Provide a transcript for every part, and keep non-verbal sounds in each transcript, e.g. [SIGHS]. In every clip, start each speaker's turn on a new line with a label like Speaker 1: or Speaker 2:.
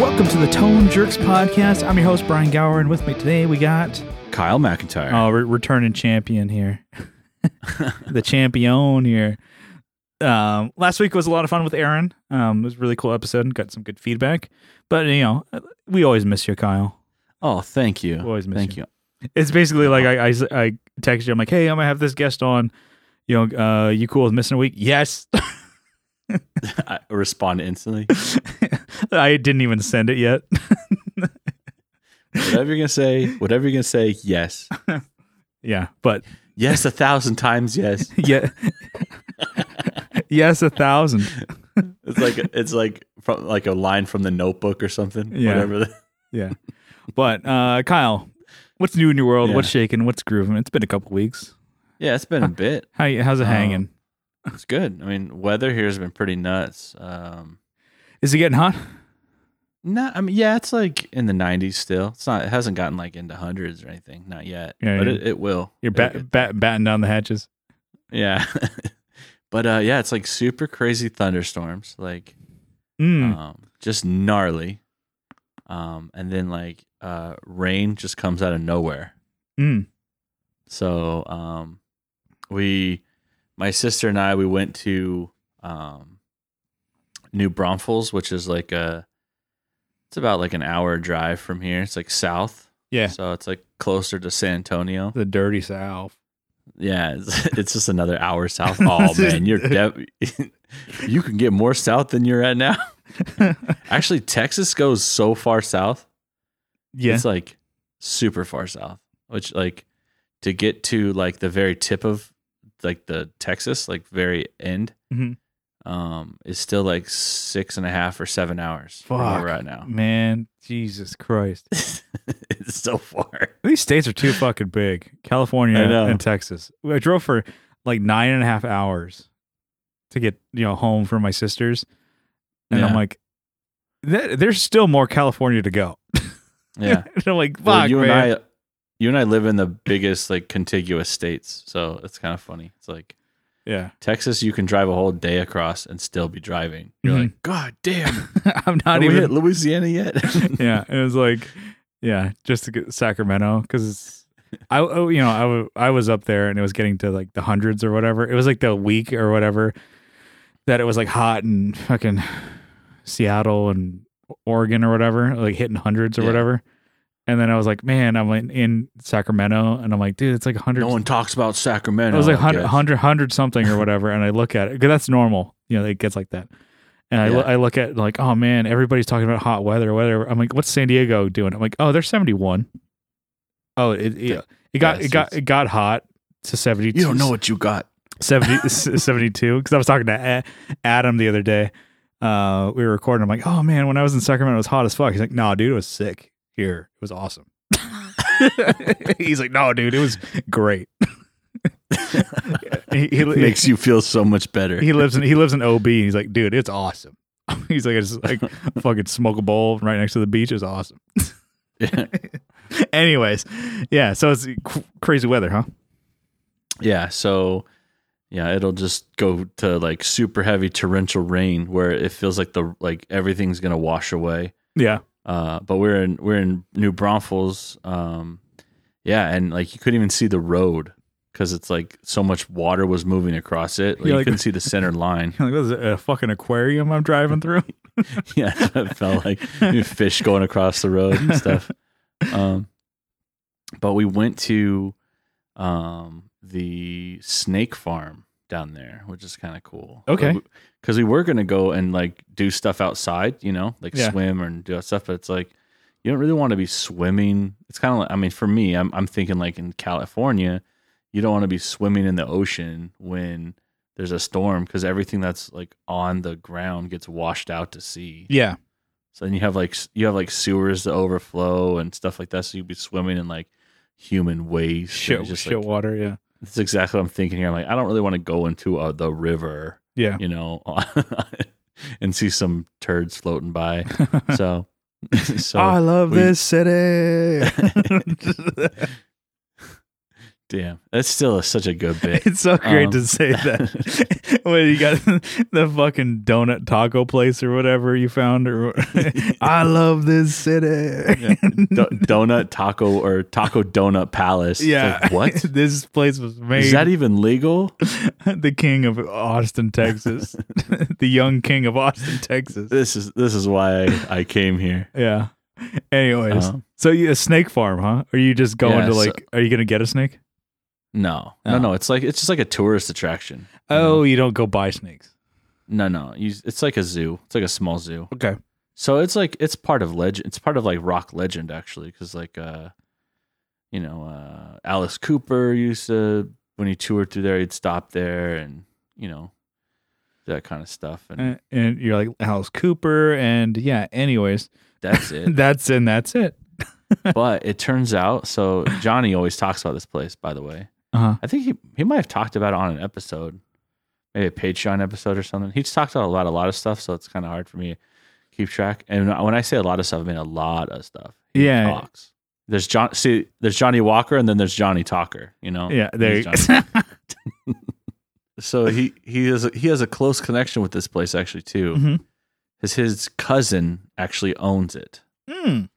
Speaker 1: Welcome to the Tone Jerks podcast. I'm your host Brian Gower, and with me today we got
Speaker 2: Kyle McIntyre.
Speaker 1: oh re- returning champion here, [LAUGHS] the champion here. Um, last week was a lot of fun with Aaron. Um, it was a really cool episode and got some good feedback. But you know, we always miss you, Kyle.
Speaker 2: Oh, thank you.
Speaker 1: We always miss
Speaker 2: thank
Speaker 1: you.
Speaker 2: you.
Speaker 1: It's basically like I, I, I text you. I'm like, hey, I'm gonna have this guest on. You know, uh, you cool with missing a week? Yes. [LAUGHS]
Speaker 2: I respond [LAUGHS] instantly.
Speaker 1: I didn't even send it yet.
Speaker 2: whatever you're gonna say, whatever you're gonna say, yes,
Speaker 1: yeah, but
Speaker 2: yes, a thousand times, yes.
Speaker 1: yeah, [LAUGHS] yes, a thousand.
Speaker 2: It's like it's like from like a line from the Notebook or something.
Speaker 1: Yeah.
Speaker 2: Whatever. The,
Speaker 1: Yeah, but uh, Kyle, what's new in your world?
Speaker 2: Yeah.
Speaker 1: What's shaking? What's grooving? It's been a couple weeks.
Speaker 2: [LAUGHS] yeah, it's [LAUGHS] been a bit.
Speaker 1: How you, how's it
Speaker 2: Oh.
Speaker 1: hanging?
Speaker 2: It's good. I mean, weather here has been pretty nuts. Um,
Speaker 1: Is it getting hot?
Speaker 2: not, I mean, yeah, it's like in the 90s still. It's not. It hasn't gotten like into hundreds or anything. Not yet.
Speaker 1: Yeah,
Speaker 2: but
Speaker 1: you're-
Speaker 2: it, it will.
Speaker 1: You're
Speaker 2: It-
Speaker 1: bat, bat, batting down the hatches.
Speaker 2: yeah. [LAUGHS] but uh, yeah, it's like super crazy thunderstorms. Like
Speaker 1: Mm.
Speaker 2: um, just gnarly. Um, and then like uh, rain just comes out of nowhere.
Speaker 1: mm.
Speaker 2: So um, we, my sister and I, we went to um, New Braunfels, which is like a, it's about like an hour drive from here. It's like south,
Speaker 1: Yeah,
Speaker 2: so it's like closer to
Speaker 1: [LAUGHS]
Speaker 2: San Antonio.
Speaker 1: the dirty [LAUGHS] south.
Speaker 2: Yeah, it's, [LAUGHS] it's just another hour south. Oh man, you're de- [LAUGHS] you can get more south than you're at now. Actually, Texas goes so far south.
Speaker 1: yeah,
Speaker 2: It's like super far south, which like to get to like the very tip of like the Texas, like very end,
Speaker 1: Mhm.
Speaker 2: um, is still like six and a half or seven hours from where
Speaker 1: Fuck.
Speaker 2: we're at now. [LAUGHS]
Speaker 1: man, Jesus Christ.
Speaker 2: it's so far.
Speaker 1: These states are too fucking big. California
Speaker 2: I know.
Speaker 1: and Texas. I drove for like nine and a half hours to get you know home from my sisters, and I'm
Speaker 2: Yeah.
Speaker 1: like, "Th- there's still more California to go.
Speaker 2: Yeah.
Speaker 1: [LAUGHS] and I'm like, fuck,
Speaker 2: well, you
Speaker 1: man.
Speaker 2: and I you and I live in the biggest like contiguous states, so it's kind of funny. It's like
Speaker 1: yeah,
Speaker 2: Texas, you can drive a whole day across and still be driving. You're
Speaker 1: Mhm.
Speaker 2: like, God damn,
Speaker 1: I'm [LAUGHS] not
Speaker 2: have we hit
Speaker 1: even.
Speaker 2: Louisiana yet?
Speaker 1: [LAUGHS]
Speaker 2: [LAUGHS]
Speaker 1: yeah, it was like, yeah, just to get Sacramento because it's. I oh, you know I wa- I was up there and it was getting to like the hundreds or whatever. It was like the week or whatever that it was like hot and fucking Seattle and Oregon or whatever, like hitting hundreds or
Speaker 2: Yeah.
Speaker 1: whatever. And then I was like, man, I'm like in Sacramento and I'm like, dude, it's like hundred.
Speaker 2: no one talks about Sacramento.
Speaker 1: it was like
Speaker 2: I
Speaker 1: hundred,
Speaker 2: guess.
Speaker 1: hundred, hundred something or whatever. And I look at it because that's normal. You know, it gets like that. And I,
Speaker 2: Yeah.
Speaker 1: lo- I look at like, oh man, everybody's talking about hot weather, weather. I'm like, what's San Diego doing? I'm like, oh, they're 71. Oh, it, it, it got,
Speaker 2: Yeah,
Speaker 1: it got,
Speaker 2: it's-
Speaker 1: it got hot to 72.
Speaker 2: You don't know what you got.
Speaker 1: [LAUGHS] 70, 72 because I was talking to A- Adam the other day. Uh, we were recording. I'm like, oh man, when I was in Sacramento, it was hot as fuck. He's like, no, dude, it was sick here. It was awesome. [LAUGHS] He's like, no, dude, it was great. [LAUGHS] he, he,
Speaker 2: Makes you feel so much better.
Speaker 1: he lives in he lives in OB. And he's like, dude, it's awesome. [LAUGHS] He's like, it's
Speaker 2: [LAUGHS]
Speaker 1: like fucking smoke a bowl right next to the beach is awesome. [LAUGHS] Anyways, yeah, so it's c- crazy weather, huh?
Speaker 2: yeah. So, yeah, it'll just go to like super heavy torrential rain where it feels like the like everything's gonna wash away.
Speaker 1: Yeah,
Speaker 2: Uh, but we're in we're in New Braunfels. Um, yeah, and like you couldn't even see the road because it's like so much water was moving across it.
Speaker 1: Yeah,
Speaker 2: Like, you
Speaker 1: like-
Speaker 2: couldn't see the center line.
Speaker 1: [LAUGHS] like this is a fucking aquarium I'm driving through.
Speaker 2: [LAUGHS] yeah, it felt like fish going across the road and stuff. Um, but we went to um, the snake farm down there, which is kind of cool.
Speaker 1: Okay.
Speaker 2: because we were gonna go and like do stuff outside, you know, like
Speaker 1: Yeah.
Speaker 2: swim and do that stuff. But it's like you don't really want to be swimming. It's kind of like I mean, for me, I'm I'm thinking like in California, you don't want to be swimming in the ocean when there's a storm because everything that's like on the ground gets washed out to sea.
Speaker 1: Yeah,
Speaker 2: So then you have like s- you have like sewers that overflow and stuff like that. So you'd be swimming in like human waste. and
Speaker 1: shit,
Speaker 2: it's just
Speaker 1: shit
Speaker 2: like,
Speaker 1: water. Yeah,
Speaker 2: that's exactly what I'm thinking here. I'm like, I don't really want to go into uh, the river,
Speaker 1: yeah.
Speaker 2: you know, [LAUGHS] and see some turds
Speaker 1: [LAUGHS]
Speaker 2: floating by. So, [LAUGHS] so
Speaker 1: Oh, Ah. love
Speaker 2: [LAUGHS] we-
Speaker 1: city.
Speaker 2: Damn, that's still a, such a good
Speaker 1: [LAUGHS]
Speaker 2: bit.
Speaker 1: It's so great
Speaker 2: Um,
Speaker 1: to say that. [LAUGHS] when you got the fucking donut taco place or whatever you found, or [LAUGHS] I love this city.
Speaker 2: Yeah.
Speaker 1: [LAUGHS]
Speaker 2: Do- donut taco or taco donut palace. It's
Speaker 1: Yeah.
Speaker 2: like,
Speaker 1: [LAUGHS]
Speaker 2: what
Speaker 1: this place was made.
Speaker 2: is that e-, even legal?
Speaker 1: [LAUGHS] the king of Austin,
Speaker 2: [LAUGHS]
Speaker 1: Texas. [LAUGHS] the young king of Austin, Texas.
Speaker 2: This is this is why I, I came here.
Speaker 1: Yeah. Anyways,
Speaker 2: Um,
Speaker 1: so you a snake farm, huh? Are you just going
Speaker 2: Yeah,
Speaker 1: to
Speaker 2: so-
Speaker 1: like? are you gonna get a snake?
Speaker 2: no, no,
Speaker 1: Oh.
Speaker 2: no. It's like it's just like a tourist attraction. you know?
Speaker 1: Oh, you don't go buy snakes.
Speaker 2: no, no. You, it's like a zoo. It's like a small zoo.
Speaker 1: Okay.
Speaker 2: So it's like it's part of legend. It's part of like rock legend actually, because like uh, you know, uh, Alice Cooper used to when he toured through there, he'd stop there and you know that kind of stuff. And
Speaker 1: And, Uh, and you're like Alice Cooper, and yeah. Anyways, [LAUGHS]
Speaker 2: that's it.
Speaker 1: that's and that's it.
Speaker 2: but it turns out, so Johnny always talks about this place. By the way,
Speaker 1: Uh huh.
Speaker 2: I think he he might have talked about it on an episode, maybe a Patreon episode or something. He's talked about a lot, a lot of stuff, so it's kind of hard for me to keep track. And when I say a lot of stuff, I mean a lot of stuff. He
Speaker 1: Yeah.
Speaker 2: talks. There's John. See, there's Johnny Walker, and then there's Johnny Talker. You know.
Speaker 1: Yeah. There.
Speaker 2: Oh, He's
Speaker 1: You,
Speaker 2: Johnny-
Speaker 1: [LAUGHS]
Speaker 2: so he he has a, he has a close connection with this place actually too,
Speaker 1: Mhm.
Speaker 2: because his cousin actually owns it.
Speaker 1: Mm.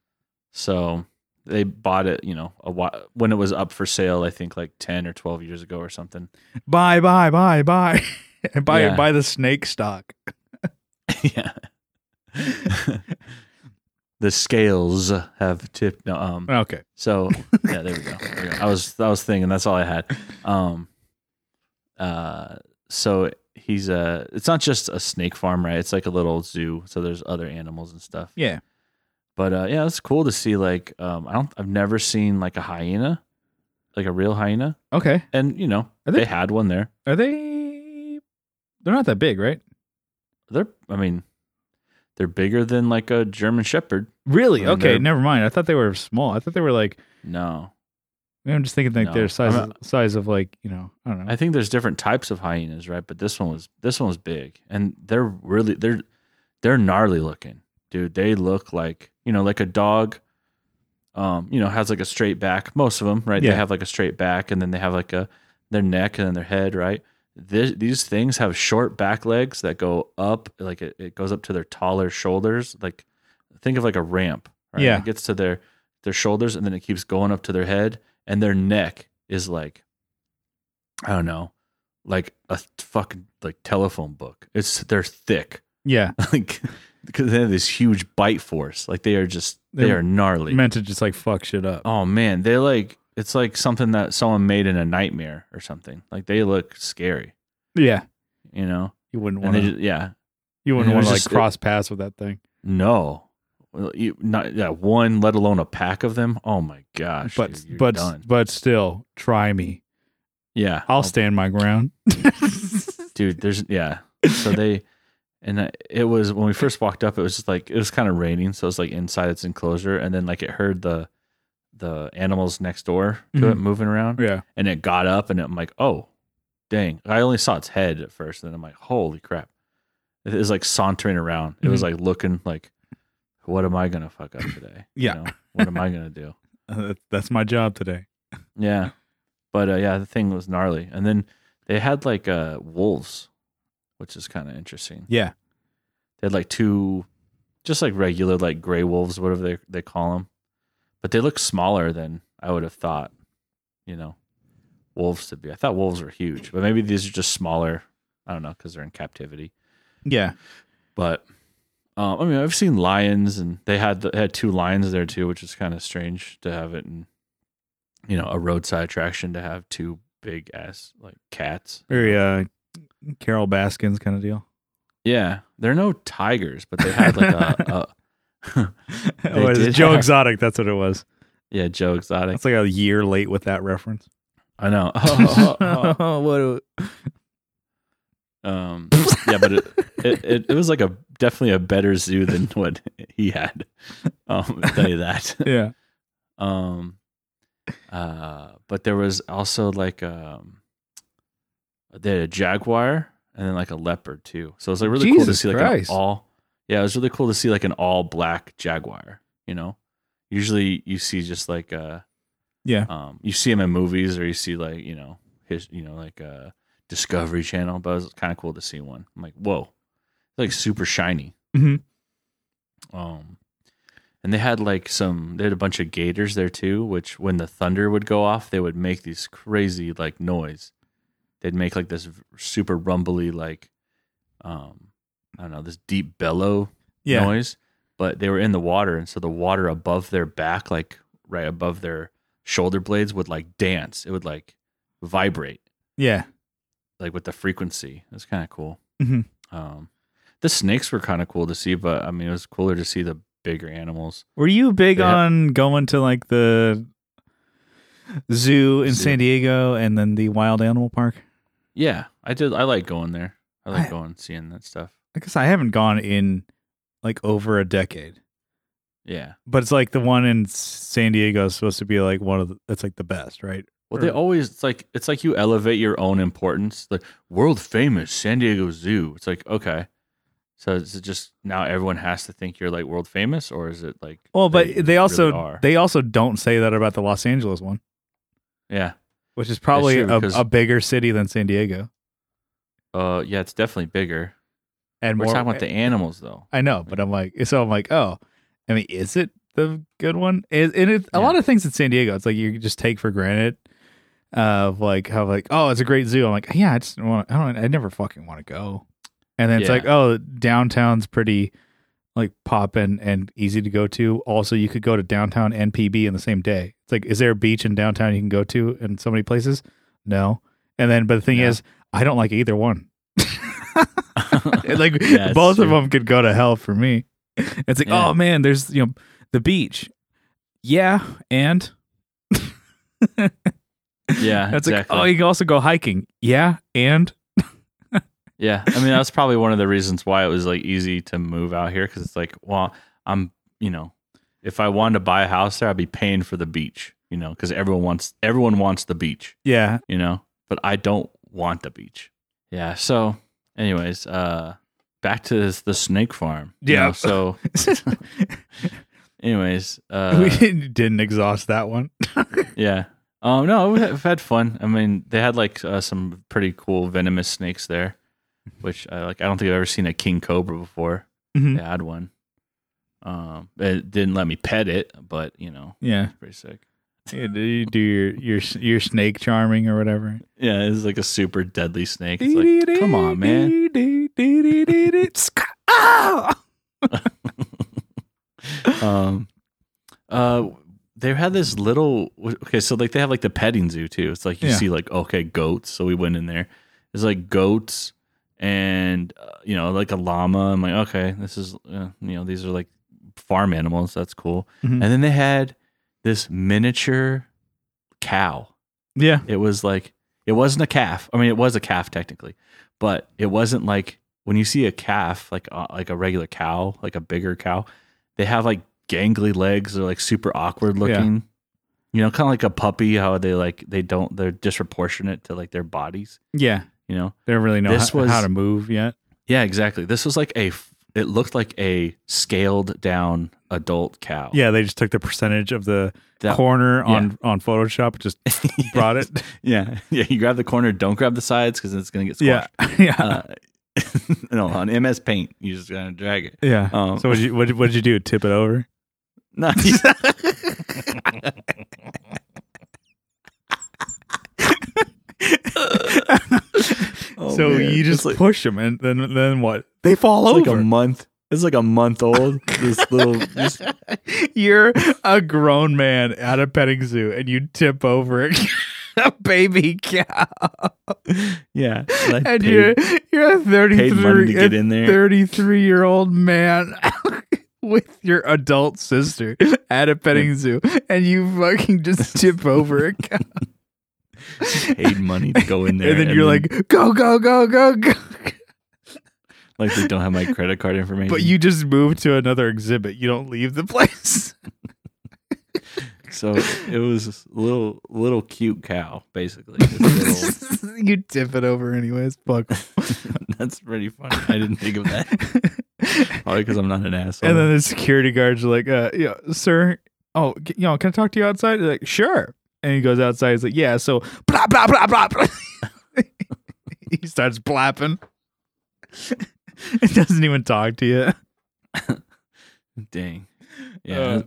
Speaker 2: So they bought it, you know, a while, when it was up for sale. I think like ten or twelve years ago or something. [LAUGHS]
Speaker 1: Bye. Bye. Bye. Bye. And buy [LAUGHS]
Speaker 2: Yeah.
Speaker 1: buy the snake stock.
Speaker 2: yeah. the scales have tipped. No, um.
Speaker 1: Okay.
Speaker 2: So yeah, there we go. There we go. I was I was thinking that's all I had. Um. Uh. So he's a. It's not just a snake farm, right? It's like a little zoo. So there's other animals and stuff.
Speaker 1: Yeah.
Speaker 2: But uh, yeah, it's cool to see. Like, um, I don't. I've never seen like a hyena, like a real hyena.
Speaker 1: Okay.
Speaker 2: And you know,
Speaker 1: Are they-
Speaker 2: they had one there.
Speaker 1: Are they? They're not that big, right?
Speaker 2: They're. I mean, they're bigger than like a German Shepherd.
Speaker 1: Really?
Speaker 2: I mean,
Speaker 1: Okay.
Speaker 2: they're-
Speaker 1: Never mind. I thought they were small. I thought they were like.
Speaker 2: No,
Speaker 1: I'm just thinking like
Speaker 2: No.
Speaker 1: their size
Speaker 2: I'm
Speaker 1: size of like you know I don't know.
Speaker 2: I think there's different types of hyenas, right? But this one was this one was big, and they're really they're they're gnarly looking, dude. They look like you know like a dog, um, you know has like a straight back. Most of them, right?
Speaker 1: Yeah.
Speaker 2: They have like a straight back, and then they have like a their neck and then their head, right? This, these things have short back legs that go up, like it, it goes up to their taller shoulders. Like think of like a ramp, right?
Speaker 1: Yeah.
Speaker 2: It gets to their their shoulders, and then it keeps going up to their head, and their neck is like I don't know, like a fucking like telephone book. It's they're thick, [LAUGHS]
Speaker 1: yeah,
Speaker 2: like because they have this huge bite force. Like they are just they
Speaker 1: They're
Speaker 2: are gnarly.
Speaker 1: meant to just like fuck shit up.
Speaker 2: Oh man, they like it's like something that someone made in a nightmare or something. Like they look scary,
Speaker 1: Yeah,
Speaker 2: you know.
Speaker 1: you wouldn't want
Speaker 2: And they
Speaker 1: to.
Speaker 2: just, yeah,
Speaker 1: You
Speaker 2: and
Speaker 1: wouldn't
Speaker 2: it
Speaker 1: want
Speaker 2: was
Speaker 1: to like
Speaker 2: just- it-
Speaker 1: cross paths with that thing.
Speaker 2: no, Well, you, not yeah, one, let alone a pack of them. Oh my gosh,
Speaker 1: but
Speaker 2: dude, you're
Speaker 1: but
Speaker 2: done. Oh.
Speaker 1: but still, try me.
Speaker 2: yeah,
Speaker 1: I'll stand my
Speaker 2: [LAUGHS]
Speaker 1: ground.
Speaker 2: dude there's yeah [LAUGHS] so they and I- it was when we first walked up it was just like it was kind of raining so it's like inside its enclosure and then like it heard the the animals next door to it
Speaker 1: Mhm.
Speaker 2: moving around
Speaker 1: yeah,
Speaker 2: and it got up and i'm like oh dang i only saw its head at first and then i'm like holy crap it was like sauntering around it was like looking like what am i gonna fuck up today
Speaker 1: Yeah.
Speaker 2: know? what am i gonna do
Speaker 1: Uh, that- that's my job today.
Speaker 2: yeah. But uh, yeah, the thing was gnarly. And then they had like uh, wolves, which is kind of interesting.
Speaker 1: Yeah.
Speaker 2: They had like two, just like regular, like gray wolves, whatever they, they call them. But they look smaller than I would have thought, you know, wolves to be. I thought wolves were huge, but maybe these are just smaller. I don't know, because they're in captivity.
Speaker 1: Yeah,
Speaker 2: But um, I mean, I've seen lions, and they had they had two lions there too, which is kind of strange to have it in you know a roadside attraction to have two big ass like cats.
Speaker 1: very uh, Carol Baskins kind of deal.
Speaker 2: Yeah, they're no tigers, but they had like a, a [LAUGHS] They
Speaker 1: Or is it
Speaker 2: did
Speaker 1: Oh, Joe
Speaker 2: have-
Speaker 1: Exotic. That's what it was.
Speaker 2: yeah Joe Exotic.
Speaker 1: That's like a year late with that
Speaker 2: [LAUGHS]
Speaker 1: reference.
Speaker 2: I know. Oh,
Speaker 1: [LAUGHS] what? a-
Speaker 2: [LAUGHS] Um, yeah, but it, it, it it was like a definitely a better zoo than [LAUGHS] what he had. Um, I'll tell you that.
Speaker 1: [LAUGHS] yeah.
Speaker 2: Um, uh, but there was also like um, they had a jaguar and then like a leopard too. So it was like really cool to
Speaker 1: Jesus
Speaker 2: see like
Speaker 1: Christ.
Speaker 2: an all. Yeah, it was really cool to see like an all black jaguar. You know, usually you see just like a
Speaker 1: Yeah.
Speaker 2: Um, you see them in movies, or you see like you know his, you know like uh, Discovery Channel, but it was kind of cool to see one. I'm like, whoa, like super shiny.
Speaker 1: Mhm. Mm-hmm.
Speaker 2: Um, and they had like some, they had a bunch of gators there too, which when the thunder would go off, they would make these crazy like noise. They'd make like this v- super rumbly like, um, I don't know, this deep bellow
Speaker 1: Yeah.
Speaker 2: noise, but they were in the water, and so the water above their back, like right above their shoulder blades, would like dance. It would like vibrate,
Speaker 1: Yeah.
Speaker 2: like with the frequency. It was kind of cool.
Speaker 1: Mhm.
Speaker 2: Um, the snakes were kind of cool to see, but I mean, it was cooler to see the bigger animals.
Speaker 1: Were you big
Speaker 2: Yeah.
Speaker 1: on going to like the zoo in
Speaker 2: Zoo.
Speaker 1: San Diego and then the wild animal park?
Speaker 2: Yeah, I did. I like going there. I like
Speaker 1: I-
Speaker 2: going and seeing that stuff.
Speaker 1: I guess I haven't gone in like over a decade,
Speaker 2: Yeah.
Speaker 1: but it's like the one in San Diego is supposed to be like one of the, that's like the best, right?
Speaker 2: Well, they
Speaker 1: Or-
Speaker 2: always it's like it's like you elevate your own importance. Like world famous San Diego Zoo. It's like okay, so is it just now everyone has to think you're like world famous, or is it like
Speaker 1: Well, but they, also
Speaker 2: really are?
Speaker 1: they also don't say that about the Los Angeles one,
Speaker 2: yeah,
Speaker 1: which is probably
Speaker 2: true,
Speaker 1: a,
Speaker 2: because-
Speaker 1: a bigger city than San Diego
Speaker 2: uh, yeah, it's definitely bigger.
Speaker 1: and
Speaker 2: We're
Speaker 1: more.
Speaker 2: talking about the animals
Speaker 1: [LAUGHS]
Speaker 2: though.
Speaker 1: I know, but I'm like, so I'm like, oh, I mean, is it the good one? Is and it, a lot of things in San Diego, it's like you just take for granted of like how like oh, it's a great zoo. I'm like, yeah, I just want, I don't, I never fucking want to go. And then it's
Speaker 2: Yeah.
Speaker 1: like, oh, downtown's pretty like poppin' and easy to go to. Also, you could go to downtown and PB in the same day. It's like, is there a beach in downtown you can go to in so many places? No. And then, but the thing
Speaker 2: Yeah.
Speaker 1: is, I don't like either one. [LAUGHS] like
Speaker 2: Yeah, it's
Speaker 1: both of
Speaker 2: true.
Speaker 1: them could go to hell for me. It's like,
Speaker 2: Yeah.
Speaker 1: oh man, there's you know the beach. Yeah, and
Speaker 2: [LAUGHS] yeah,
Speaker 1: that's
Speaker 2: exactly.
Speaker 1: like, oh, you can also go hiking. Yeah, and
Speaker 2: yeah, I mean that's probably one of the reasons why it was like easy to move out here because it's like, well, I'm you know, if I wanted to buy a house there, I'd be paying for the beach, you know, because everyone wants everyone wants the beach.
Speaker 1: yeah, [LAUGHS]
Speaker 2: you know, but I don't want the beach. Yeah. So, anyways, uh, back to this, the snake farm. you
Speaker 1: Yeah.
Speaker 2: know, so,
Speaker 1: [LAUGHS]
Speaker 2: anyways,
Speaker 1: we
Speaker 2: uh,
Speaker 1: didn't exhaust that one.
Speaker 2: yeah. Um, no, we've had- we've had fun. I mean, they had like uh, some pretty cool venomous snakes there, which I like. I don't think I've ever seen a king cobra before.
Speaker 1: Mhm.
Speaker 2: They had one. Um, it didn't let me pet it, but you know,
Speaker 1: Yeah,
Speaker 2: pretty sick.
Speaker 1: Yeah, do you do your your your snake charming or whatever.
Speaker 2: Yeah, it was like a super deadly snake. It's like, come on, man.
Speaker 1: Ah!
Speaker 2: um uh they had this little okay so like they have like the petting zoo too it's like you
Speaker 1: Yeah.
Speaker 2: see like okay goats so we went in there it's like goats and uh, you know like a llama i'm like okay this is uh, you know these are like farm animals that's cool
Speaker 1: Mhm.
Speaker 2: and then they had this miniature cow
Speaker 1: [LAUGHS] Yeah,
Speaker 2: it was like it wasn't a calf. I mean, it was a calf technically, but it wasn't like when you see a calf, like uh, like a regular cow, like a bigger cow, they have like gangly legs. They're like super awkward looking. You know, kind of like a puppy. How they like they don't they're disproportionate to like their bodies.
Speaker 1: yeah.
Speaker 2: You know.
Speaker 1: They don't really know
Speaker 2: This
Speaker 1: how,
Speaker 2: was-
Speaker 1: how to move yet.
Speaker 2: Yeah, exactly. This was like a. f- It looked like a scaled down adult cow. [LAUGHS]
Speaker 1: Yeah, they just took the percentage of the
Speaker 2: Oh. That-
Speaker 1: corner on on Photoshop, just brought
Speaker 2: [LAUGHS]
Speaker 1: it.
Speaker 2: yeah, yeah. You grab the corner. Don't grab the sides because it's gonna get squashed.
Speaker 1: yeah, yeah,
Speaker 2: uh, [LAUGHS] no, on MS Paint, you just gotta drag it.
Speaker 1: [LAUGHS] yeah.
Speaker 2: um,
Speaker 1: so what you what would you do? Tip it
Speaker 2: [LAUGHS]
Speaker 1: over?
Speaker 2: No,
Speaker 1: so you just
Speaker 2: Oh, like,
Speaker 1: push them, and then then what? They fall
Speaker 2: it's like a
Speaker 1: over.
Speaker 2: month. It's like a month old. This
Speaker 1: [LAUGHS]
Speaker 2: little, this,
Speaker 1: You're a grown man at a petting zoo, and you tip over [LAUGHS] a baby cow,
Speaker 2: yeah. I
Speaker 1: and
Speaker 2: paid-
Speaker 1: you're you're a thirty
Speaker 2: paid money to
Speaker 1: three
Speaker 2: get in there.
Speaker 1: thirty three year old man. [LAUGHS] With your adult sister at a petting zoo, and you fucking just tip over a
Speaker 2: [LAUGHS]
Speaker 1: cow.
Speaker 2: Paid money to go in there,
Speaker 1: [LAUGHS] and then you're like, go, go, go, go, go.
Speaker 2: like, like they don't have my credit card information.
Speaker 1: [LAUGHS] But you just move to another exhibit. You don't leave the place.
Speaker 2: so it was this little, little cute cow, basically.
Speaker 1: [LAUGHS]
Speaker 2: This little- [LAUGHS]
Speaker 1: you tip it over anyways. [LAUGHS] Fuck.
Speaker 2: that's pretty funny. I didn't think of that. Probably because I'm not an asshole.
Speaker 1: and then the security guards are like, uh, yeah, sir. Oh, c- you know, can I talk to you outside? They're like, sure. And he goes outside. He's like, yeah, so blah, blah, blah, blah, blah. [LAUGHS] he starts blapping. [LAUGHS] it doesn't even talk to you.
Speaker 2: [LAUGHS] Dang.
Speaker 1: Uh,
Speaker 2: Yeah.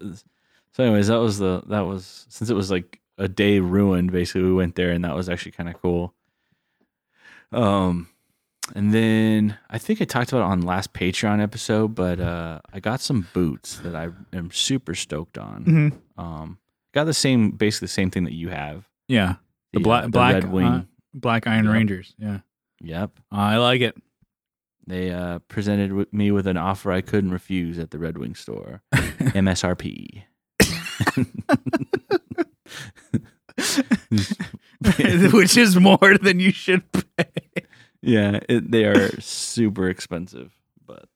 Speaker 2: so, anyways, that was the that was since it was like a day ruined. Basically, we went there, and that was actually kind of cool. Um, and then I think I talked about it on last Patreon episode, but
Speaker 1: Mm-hmm.
Speaker 2: uh, I got some boots that I am super stoked on.
Speaker 1: hmm
Speaker 2: Um, got the same basically the same thing that you have.
Speaker 1: Yeah. The black-
Speaker 2: uh,
Speaker 1: black,
Speaker 2: Red Wing.
Speaker 1: uh, Black Iron
Speaker 2: Yep.
Speaker 1: Rangers. Yeah.
Speaker 2: yep.
Speaker 1: I like it.
Speaker 2: They uh, presented with me with an offer I couldn't refuse at the Red
Speaker 1: [LAUGHS]
Speaker 2: Wing store, MSRP.
Speaker 1: [LAUGHS] Which is more than you should pay.
Speaker 2: Yeah, it, they are super expensive, but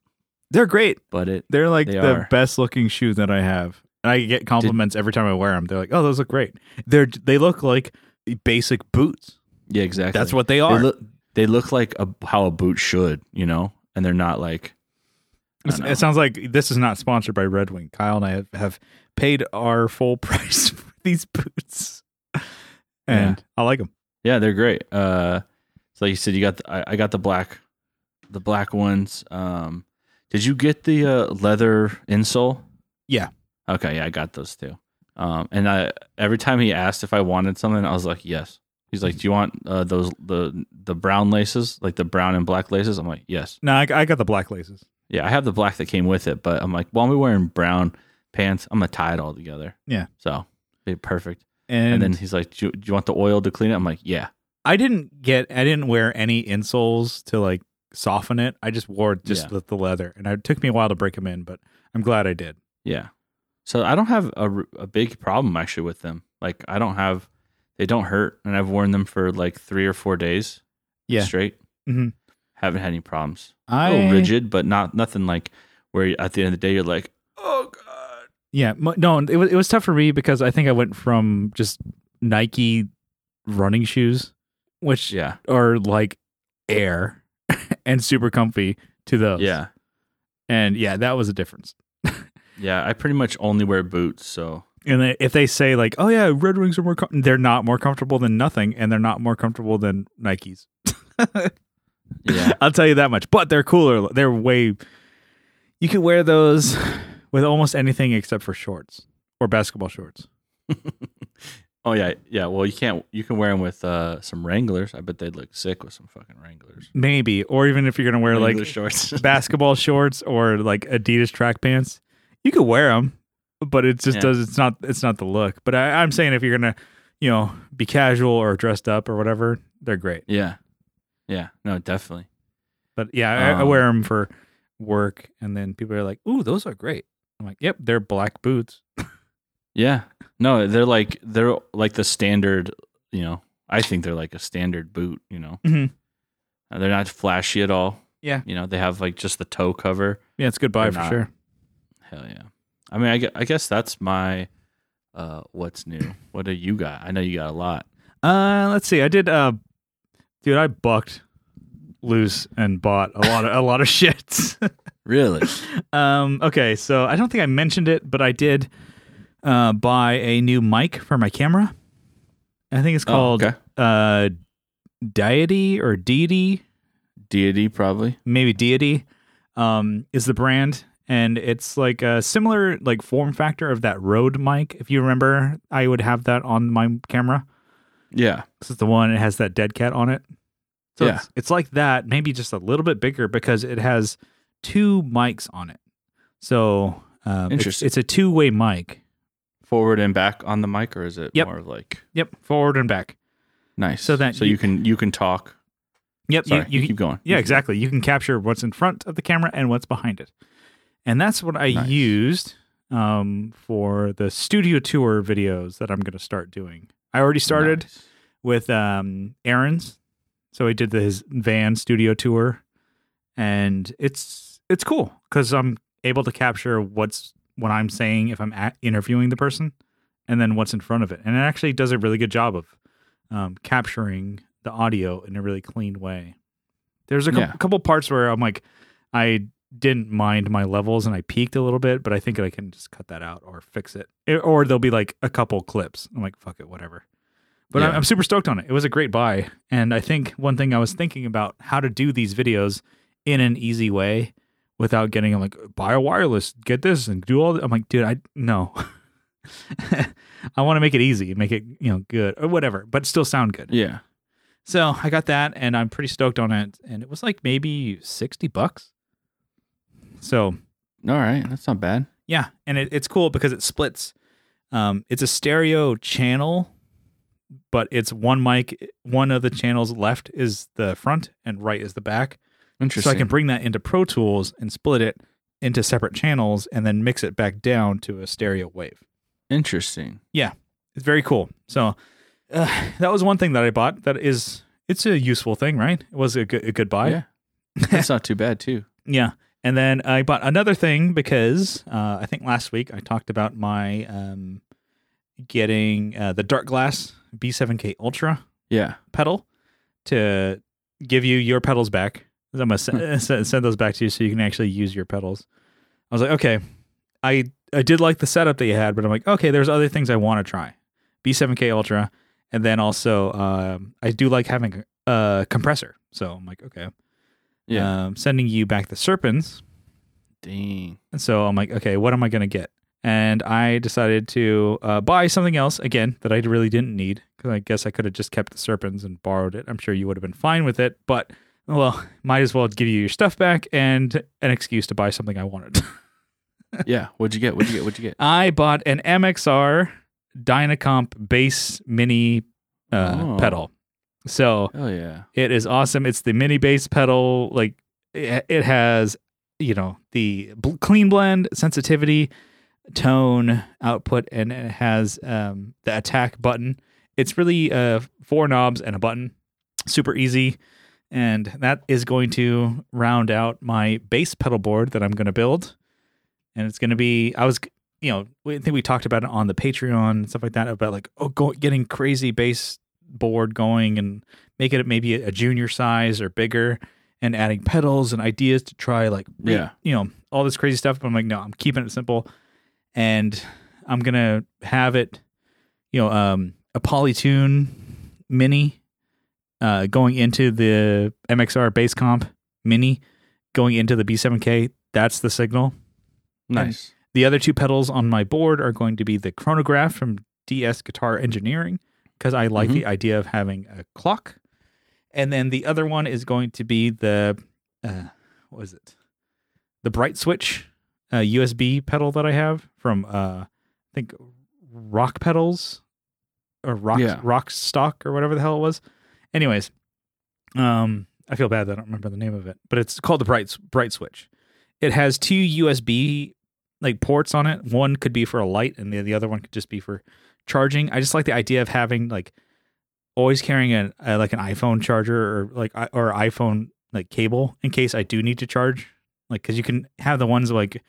Speaker 1: They're great.
Speaker 2: but it
Speaker 1: They're like
Speaker 2: They
Speaker 1: the
Speaker 2: are.
Speaker 1: best looking shoe that I have. And I get compliments every time I wear them. They're like, "Oh, those look great." They're they look like basic boots.
Speaker 2: yeah exactly.
Speaker 1: That's what they
Speaker 2: they
Speaker 1: are.
Speaker 2: look. They look like a, how a boot should, you know, and they're not like I
Speaker 1: It's-
Speaker 2: don't know.
Speaker 1: it sounds like this is not sponsored by Red Wing. Kyle and I have, have paid our full [LAUGHS] price for these boots, and I like them.
Speaker 2: Yeah, they're great. Uh, so like you said, you got the, I, I got the black, the black ones. Um, did you get the uh, leather insole?
Speaker 1: Yeah.
Speaker 2: Okay, yeah, I got those too. Um, and I every time he asked if I wanted something, I was like, yes. He's like, do you want uh, those the the brown laces, like the brown and black laces? I'm like, yes.
Speaker 1: No, I, I got the black laces.
Speaker 2: Yeah, I have the black that came with it, but I'm like, well, I'm wearing brown pants. I'm gonna tie it all together.
Speaker 1: Yeah.
Speaker 2: So be perfect.
Speaker 1: And,
Speaker 2: And, then he's like, do you, do you want the oil to clean it? I'm like, yeah.
Speaker 1: I didn't get, I didn't wear any insoles to like soften it. I just wore just
Speaker 2: Yeah.
Speaker 1: the, the leather, and it took me a while to break them in, but I'm glad I did.
Speaker 2: Yeah. So I don't have a, r- a big problem actually with them. Like I don't have, they don't hurt, and I've worn them for like three or four days.
Speaker 1: Yeah.
Speaker 2: Straight.
Speaker 1: Mhm.
Speaker 2: Haven't had any problems.
Speaker 1: I
Speaker 2: oh, rigid, but not nothing like where at the end of the day you're like, oh god.
Speaker 1: Yeah, mu- no, it was it was tough for me because I think I went from just Nike running shoes, which
Speaker 2: Yeah.
Speaker 1: are like air [LAUGHS] and super comfy, to those.
Speaker 2: Yeah.
Speaker 1: and yeah, that was a difference.
Speaker 2: Yeah. I pretty much only wear boots, so
Speaker 1: And they- if they say like, "Oh yeah, Red Wings are more," com-, they're not more comfortable than nothing, and they're not more comfortable than Nikes.
Speaker 2: yeah.
Speaker 1: I'll tell you that much. But they're cooler. They're way. You could wear those with almost anything except for shorts or basketball shorts.
Speaker 2: oh yeah. Yeah. Well, you can't. You can wear them with uh, some Wranglers. I bet they'd look sick with some fucking Wranglers.
Speaker 1: Maybe, or even if you're gonna wear
Speaker 2: Wrangler
Speaker 1: like
Speaker 2: [LAUGHS] shorts.
Speaker 1: basketball shorts or like Adidas track pants. You could wear them, but it just
Speaker 2: Yeah.
Speaker 1: does. It's not. It's not the look. But I, I'm saying if you're gonna, you know, be casual or dressed up or whatever, they're great.
Speaker 2: yeah. Yeah. No, definitely.
Speaker 1: But yeah, I, I
Speaker 2: Um,
Speaker 1: wear them for work, and then people are like, "Ooh, those are great." I'm like, "Yep, they're black boots."
Speaker 2: Yeah. No, they're like they're like the standard, you know. I think they're like a standard boot, you know.
Speaker 1: Mhm.
Speaker 2: Uh, They're not flashy at all.
Speaker 1: Yeah.
Speaker 2: You know, they have like just the toe cover.
Speaker 1: Yeah, it's good buy
Speaker 2: They're
Speaker 1: for
Speaker 2: not.
Speaker 1: sure.
Speaker 2: Hell yeah. I mean, I gue- I guess, that's my uh what's new. What do you got? I know you got a lot.
Speaker 1: Uh, let's see. I did. Uh, dude, I bucked loose and bought a lot of a lot of [LAUGHS] shit.
Speaker 2: Really?
Speaker 1: Um, okay, so I don't think I mentioned it, but I did uh, buy a new mic for my camera. I think it's called
Speaker 2: Oh, okay.
Speaker 1: uh, Deity or Deity,
Speaker 2: Deity probably.
Speaker 1: maybe Deity um, is the brand, and it's like a similar like form factor of that Rode mic. If you remember, I would have that on my camera.
Speaker 2: Yeah.
Speaker 1: This is the one it has that dead cat on it. So
Speaker 2: Yeah.
Speaker 1: it's, it's like that, maybe just a little bit bigger because it has two mics on it. So um, it's-
Speaker 2: Interesting.
Speaker 1: It's, a two way mic.
Speaker 2: Forward and back on the mic or is it
Speaker 1: Yep.
Speaker 2: more of like
Speaker 1: Yep, forward and back.
Speaker 2: nice.
Speaker 1: So that
Speaker 2: so
Speaker 1: you-
Speaker 2: you, can you can talk.
Speaker 1: Yep,
Speaker 2: Sorry.
Speaker 1: you, you,
Speaker 2: keep going.
Speaker 1: yeah, exactly. You can capture what's in front of the camera and what's behind it, and that's what I
Speaker 2: Nice.
Speaker 1: used um, for the studio tour videos that I'm going to start doing. I already started
Speaker 2: Nice.
Speaker 1: with um Aaron's. So he did the, his van studio tour and it's it's cool cuz I'm able to capture what's what I'm saying if I'm a interviewing the person and then what's in front of it. And it actually does a really good job of um, capturing the audio in a really clean way. There's a cou-
Speaker 2: Yeah.
Speaker 1: couple parts where I'm like I didn't mind my levels and I peaked a little bit, but I think I can just cut that out or fix it. Or there'll be like a couple clips. I'm like fuck it, whatever. But I'm,
Speaker 2: Yeah.
Speaker 1: I'm super stoked on it. It was a great buy. And I think one thing I was thinking about how to do these videos in an easy way without getting like buy a wireless, get this and do all. th- I'm like, dude, I no. [LAUGHS] I want to make it easy, make it you know good or whatever, but still sound good.
Speaker 2: Yeah.
Speaker 1: So I got that, and I'm pretty stoked on it. And it was like maybe sixty bucks. So
Speaker 2: All right. That's not bad.
Speaker 1: yeah, and it, it's cool because it splits. Um, it's a stereo channel, but it's one mic. One of the channels left is the front, and right is the back. So
Speaker 2: Interesting.
Speaker 1: I can bring that into Pro Tools and split it into separate channels, and then mix it back down to a stereo wave.
Speaker 2: Interesting.
Speaker 1: It's very cool. So uh, that was one thing that I bought. That is, it's a useful thing, right? It was a good, a good buy.
Speaker 2: Yeah. That's not too bad too.
Speaker 1: Yeah. And then I bought another thing because uh, I think last week I talked about my um, getting uh, the Dark Glass B7K Ultra [LAUGHS]
Speaker 2: Yeah.
Speaker 1: pedal to give you your pedals back. 'Cause I'm going to send, send those back to you so you can actually use your pedals. I was like, okay, I, I did like the setup that you had, but I'm like, okay, there's other things I want to try. B7K Ultra. And then also, um, I do like having a compressor. So I'm like, okay
Speaker 2: Yeah.
Speaker 1: um, sending you back the serpents.
Speaker 2: Dang.
Speaker 1: And so I'm like, okay, what am I going to get? And I decided to uh, buy something else again that I really didn't need because I guess I could have just kept the serpents and borrowed it. I'm sure you would have been fine with it, but well, [LAUGHS] might as well give you your stuff back and an excuse to buy something I wanted. [LAUGHS]
Speaker 2: Yeah. What'd you get? What'd you get? What'd you get?
Speaker 1: I bought an MXR Dynacomp Bass Mini uh,
Speaker 2: Oh.
Speaker 1: pedal. So [LAUGHS]
Speaker 2: Oh yeah.
Speaker 1: It is awesome. It's the mini bass pedal. Like it, it has, you know, the bl- clean blend, sensitivity, tone output, and it has um, the attack button. It's really uh, four knobs and a button. Super easy. And that is going to round out my bass pedal board that I'm going to build. And it's going to be, I was, you know, I think we talked about it on the Patreon and stuff like that about like, oh, go, getting crazy bass board going and making it maybe a junior size or bigger and adding pedals and ideas to try like re-
Speaker 2: Yeah.
Speaker 1: you know all this crazy stuff but i'm like no i'm keeping it simple and i'm gonna have it you know um a polytune mini uh going into the mxr base comp mini going into the b7k that's the signal
Speaker 2: Nice.
Speaker 1: the other two pedals on my board are going to be the chronograph from DS Guitar Engineering because I like
Speaker 2: Mhm.
Speaker 1: the idea of having a clock. And then the other one is going to be the uh, what was it? The Bright Switch uh, USB pedal that I have from uh, I think Rock Pedals or Rock
Speaker 2: Yeah.
Speaker 1: Rock Stock or whatever the hell it was. Anyways, um, I feel bad that I don't remember the name of it, but it's called the Bright Bright Switch. It has two USB like ports on it. One could be for a light, and the, the other one could just be for charging. I just like the idea of having like always carrying an uh, like an iPhone charger or like i- or iPhone like cable in case I do need to charge. Like because you can have the ones like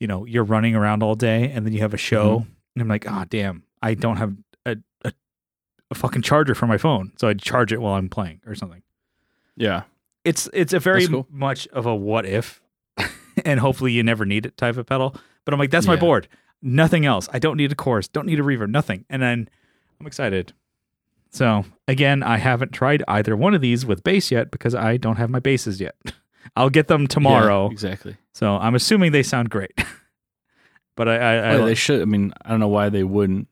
Speaker 1: you know you're running around all day and then you have a show
Speaker 2: Mm-hmm.
Speaker 1: and I'm like ah damn I don't have a, a a fucking charger for my phone so I charge it while I'm playing or something
Speaker 2: Yeah.
Speaker 1: it's it's a very
Speaker 2: That's cool.
Speaker 1: much of a what if [LAUGHS] and hopefully you never need it type of pedal but i'm like that's my
Speaker 2: Yeah.
Speaker 1: board nothing else i don't need a chorus don't need a reverb nothing and then i'm excited so again i haven't tried either one of these with bass yet because i don't have my basses yet [LAUGHS] i'll get them tomorrow
Speaker 2: Yeah, exactly.
Speaker 1: so i'm assuming they sound great [LAUGHS] but i i, I
Speaker 2: Well, they should. I mean, I don't know why they wouldn't,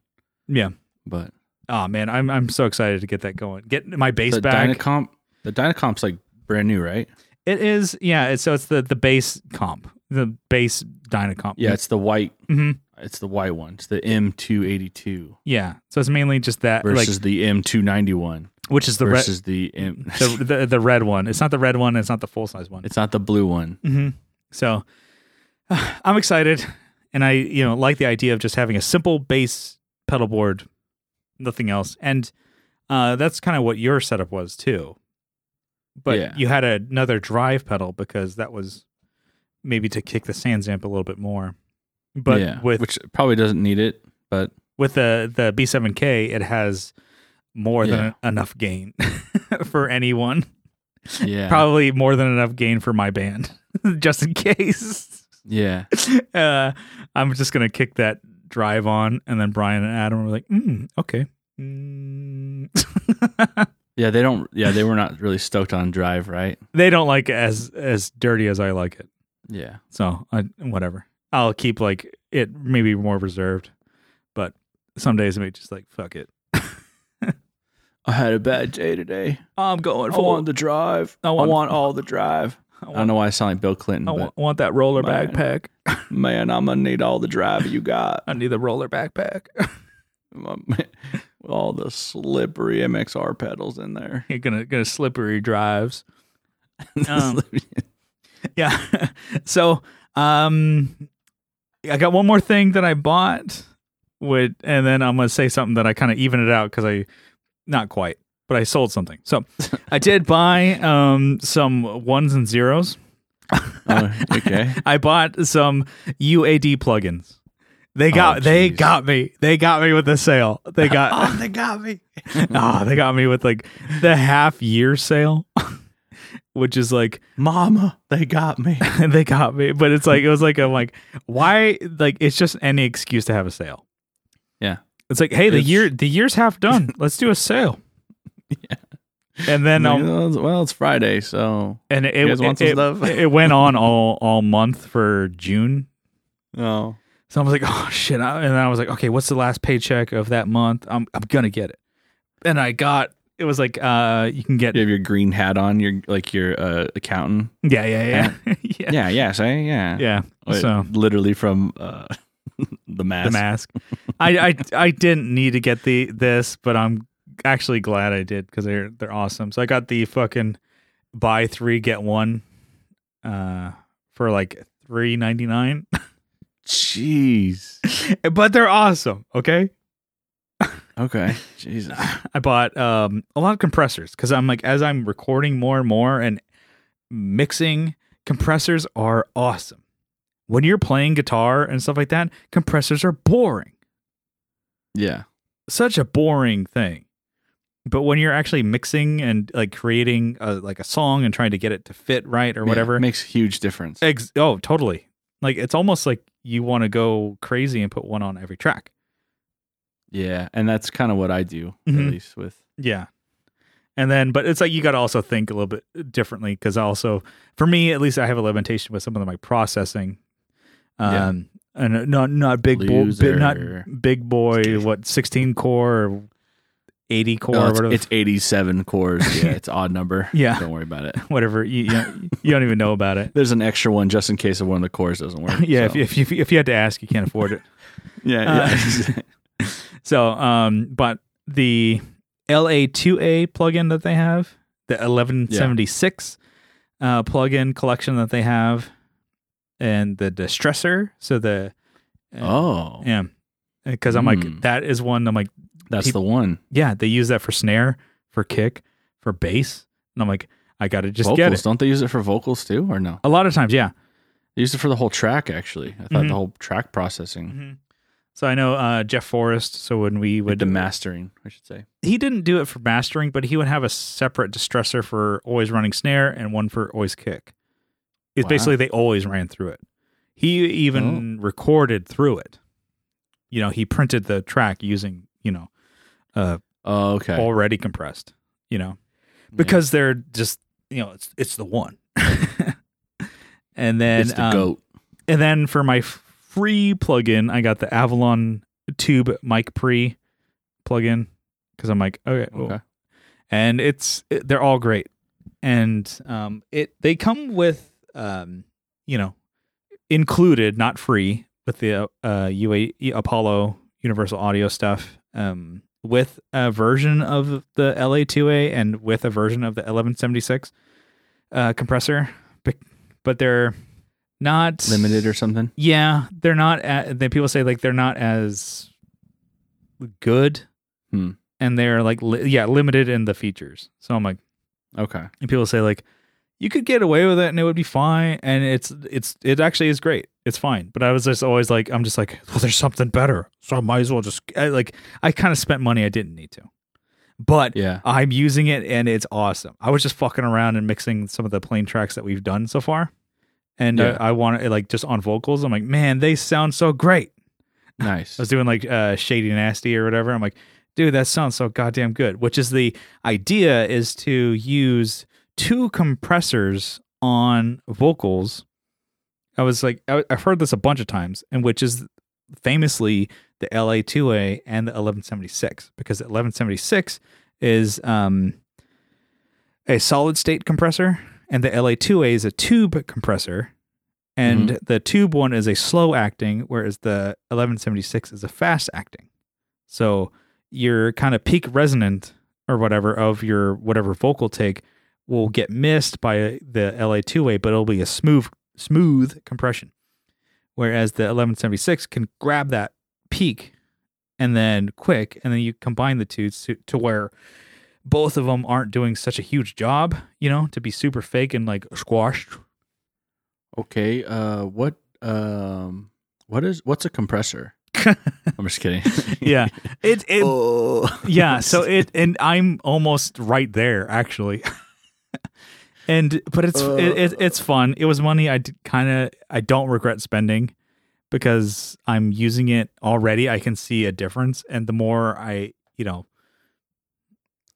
Speaker 1: yeah
Speaker 2: but
Speaker 1: oh man i'm i'm so excited to get that going get my bass
Speaker 2: the
Speaker 1: back
Speaker 2: Dynacomp, the Dynacomp's like brand new, right?
Speaker 1: it is yeah it's, so it's the the bass comp the bass dynacomp
Speaker 2: Yeah. It's the white.
Speaker 1: hmm
Speaker 2: It's the white one. It's the M282
Speaker 1: Yeah. So it's mainly just that,
Speaker 2: versus
Speaker 1: like,
Speaker 2: the M291
Speaker 1: which is the red,
Speaker 2: versus the
Speaker 1: [LAUGHS]
Speaker 2: M.
Speaker 1: the, the the red one. It's not the red one. It's not the full size one.
Speaker 2: [LAUGHS] it's not the blue one.
Speaker 1: hmm So [SIGHS] I'm excited, and I you know like the idea of just having a simple bass pedal board, nothing else, and uh, that's kind of what your setup was too. But
Speaker 2: Yeah.
Speaker 1: you had another drive pedal because that was maybe to kick the Sans amp a little bit more. But
Speaker 2: yeah,
Speaker 1: with
Speaker 2: which probably doesn't need it,
Speaker 1: [LAUGHS]
Speaker 2: but
Speaker 1: with the the B7K, it has more than enough gain [LAUGHS] for anyone.
Speaker 2: yeah,
Speaker 1: Probably more than enough gain for my band, [LAUGHS] just in case.
Speaker 2: yeah,
Speaker 1: [LAUGHS] Uh, I'm just gonna kick that drive on, and then Brian and Adam were like, mm, "Okay, Mm.
Speaker 2: Yeah, they don't. Yeah, they were not really stoked on Drive, right?
Speaker 1: [LAUGHS] they don't like it as as dirty as I like it.
Speaker 2: Yeah.
Speaker 1: So I, whatever. I'll keep like it maybe more reserved, but some days I may just like fuck it.
Speaker 2: I had a bad day today.
Speaker 1: I'm going
Speaker 2: I want the drive.
Speaker 1: I
Speaker 2: Oh. I
Speaker 1: want-
Speaker 2: want, all the drive.
Speaker 1: I
Speaker 2: I,
Speaker 1: want-
Speaker 2: don't know why I sound like Bill Clinton,
Speaker 1: I
Speaker 2: but
Speaker 1: wa- want that roller
Speaker 2: Man.
Speaker 1: backpack.
Speaker 2: man, I'm gonna need all the drive you got. [LAUGHS]
Speaker 1: I need the roller backpack. [LAUGHS]
Speaker 2: With all the slippery MXR pedals in [LAUGHS] there.
Speaker 1: You're gonna gonna slippery drives.
Speaker 2: [LAUGHS]
Speaker 1: Um, Yeah. [LAUGHS] so um I got one more thing that I bought with and then I'm gonna say something that I kinda even it out because I not quite, but I sold something. So I
Speaker 2: [LAUGHS]
Speaker 1: did buy um some ones and zeros.
Speaker 2: Oh, [LAUGHS] okay.
Speaker 1: I bought some UAD plugins. They got
Speaker 2: Oh,
Speaker 1: they
Speaker 2: jeez.
Speaker 1: got me. They got me with the sale.
Speaker 2: [LAUGHS]
Speaker 1: They got [LAUGHS]
Speaker 2: oh, they got me.
Speaker 1: ah, they got me with like the half year sale. [LAUGHS] Which is like
Speaker 2: Mama, they got me.
Speaker 1: [LAUGHS] and they got me. But it's like it was like I'm like, why? Like it's just any excuse to have a sale.
Speaker 2: Yeah.
Speaker 1: it's like hey, the
Speaker 2: It's-
Speaker 1: year the year's half
Speaker 2: [LAUGHS]
Speaker 1: done. Let's do a sale. Yeah, and then um,
Speaker 2: well, oh, it's- well, it's Friday, so
Speaker 1: and it
Speaker 2: You guys
Speaker 1: it,
Speaker 2: want some stuff?
Speaker 1: it, it went on all all month for June.
Speaker 2: oh,
Speaker 1: So I was like, [LAUGHS] oh shit, I, and then I was like, okay, what's the last paycheck of that month? I'm I'm gonna get it, and I got. It was like uh, you can get
Speaker 2: you
Speaker 1: yeah
Speaker 2: have your green hat on. You're like your uh,
Speaker 1: [LAUGHS]
Speaker 2: accountant.
Speaker 1: yeah yeah yeah [LAUGHS] yeah,
Speaker 2: Yeah, yeah, say yeah,
Speaker 1: yeah.
Speaker 2: Wait,
Speaker 1: So
Speaker 2: literally from uh, [LAUGHS] the mask.
Speaker 1: the mask. I, I I didn't need to get the this, but I'm actually glad I did because they're they're awesome. So I got the fucking buy three get one, uh, for like three ninety nine.
Speaker 2: Jeez.
Speaker 1: [LAUGHS] but they're awesome. Okay,
Speaker 2: Okay. Jesus.
Speaker 1: I bought um a lot of compressors because I'm like as I'm recording more and more and mixing, compressors are awesome. When you're playing guitar and stuff like that, compressors are boring.
Speaker 2: Yeah.
Speaker 1: such a boring thing. But when you're actually mixing and like creating a, like a song and trying to get it to fit right or
Speaker 2: Yeah,
Speaker 1: whatever,
Speaker 2: it makes a huge difference.
Speaker 1: ex- oh, totally. Like it's almost like you want to go crazy and put one on every track.
Speaker 2: yeah, and that's kind of what I do
Speaker 1: Mhm.
Speaker 2: at least with.
Speaker 1: Yeah. And then, but it's like you got to also think a little bit differently because also, for me at least, I have a limitation with some of my processing.
Speaker 2: Yeah.
Speaker 1: Um, and not not big boy, big, not
Speaker 2: Loser.
Speaker 1: big boy. What sixteen core or eighty core?
Speaker 2: No,
Speaker 1: or
Speaker 2: oh, it's,
Speaker 1: whatever the
Speaker 2: it's 87
Speaker 1: [LAUGHS]
Speaker 2: cores. Yeah, it's odd number.
Speaker 1: Yeah.
Speaker 2: Don't worry about it.
Speaker 1: [LAUGHS] whatever you you, don't- you don't even know about it.
Speaker 2: There's an extra one just in case if one of the cores doesn't
Speaker 1: [LAUGHS]
Speaker 2: work.
Speaker 1: Yeah, if,
Speaker 2: so-
Speaker 1: uh, if you if you had to ask, you can't afford it.
Speaker 2: yeah, yeah.
Speaker 1: [LAUGHS]
Speaker 2: [LAUGHS]
Speaker 1: So, um, but the LA2A plugin that they have, the 1176 uh, plugin collection that they have, and the distressor. So the uh,
Speaker 2: oh,
Speaker 1: yeah, because I'm
Speaker 2: Hmm.
Speaker 1: like that is one. I'm like
Speaker 2: that's the one.
Speaker 1: yeah, they use that for snare, for kick, for bass, and I'm like I got to just
Speaker 2: vocals.
Speaker 1: get it.
Speaker 2: Don't they use it for vocals too, or no?
Speaker 1: A lot of times, yeah.
Speaker 2: They use it for the whole track, actually. I thought
Speaker 1: Mhm.
Speaker 2: the whole track
Speaker 1: Mm-hmm.
Speaker 2: processing,
Speaker 1: So I know uh, Jeff Forrest. So when we
Speaker 2: with
Speaker 1: would
Speaker 2: the mastering, I should say.
Speaker 1: he didn't do it for mastering, but he would have a separate distressor for always running snare and one for always kick. It's
Speaker 2: Wow. Oh.
Speaker 1: basically they always ran through it. He even recorded through it. You know, he printed the track using you know uh,
Speaker 2: Oh, okay.
Speaker 1: already compressed. You know,
Speaker 2: Yeah.
Speaker 1: because they're just you know it's it's the one. [LAUGHS] and then
Speaker 2: it's the
Speaker 1: um,
Speaker 2: goat.
Speaker 1: and then for my f- free plugin, I got the Avalon Tube Mic Pre plugin because I'm like, okay, cool.
Speaker 2: Okay.
Speaker 1: and it's it- they're all great, and um, it they come with um, you know, included not free with the uh, UA Apollo Universal Audio stuff, um, with a version of the LA2A and with a version of the 1176 uh, compressor, but, but they're not
Speaker 2: Limited or something.
Speaker 1: yeah, they're not. a then people say like they're not as good,
Speaker 2: Hmm.
Speaker 1: and they're like li- yeah limited in the features. So I'm like,
Speaker 2: Okay.
Speaker 1: and people say like you could get away with it and it would be fine, and it's it's it actually is great. It's fine, but I was just always like I'm just like well there's something better, so I might as well just I, like I kind of spent money I didn't need to, but [LAUGHS]
Speaker 2: Yeah.
Speaker 1: I'm using it and it's awesome. I was just fucking around and mixing some of the plain tracks that we've done so far. And
Speaker 2: Yeah.
Speaker 1: I, I want it like just on vocals. I'm like, man, they sound so great.
Speaker 2: Nice.
Speaker 1: I was doing like uh, Shady Nasty or whatever. I'm like, dude, that sounds so goddamn good. Which is the idea is to use two compressors on vocals. I was like, I, I've heard this a bunch of times, and which is famously the LA2A and the 1176, because the 1176 is um, a solid state compressor, and the LA2A is a tube compressor. And the tube one is a slow acting, whereas the 1176 is a fast acting. So your kind of peak resonant or whatever of your whatever vocal take will get missed by the LA2A, but it'll be a smooth smooth compression. Whereas the 1176 can grab that peak and then quick, and then you combine the two to, to where both of them aren't doing such a huge job, you know, to be super fake and like squashed.
Speaker 2: Okay. Uh, what um, what is what's
Speaker 1: [LAUGHS]
Speaker 2: a compressor? I'm just kidding. [LAUGHS]
Speaker 1: Yeah, [LAUGHS] it it
Speaker 2: oh. [LAUGHS]
Speaker 1: yeah so it and i'm almost right there actually [LAUGHS] and but it's it,
Speaker 2: Uh.
Speaker 1: it, it's fun it was money i kind of i don't regret spending because i'm using it already i can see a difference and the more i you know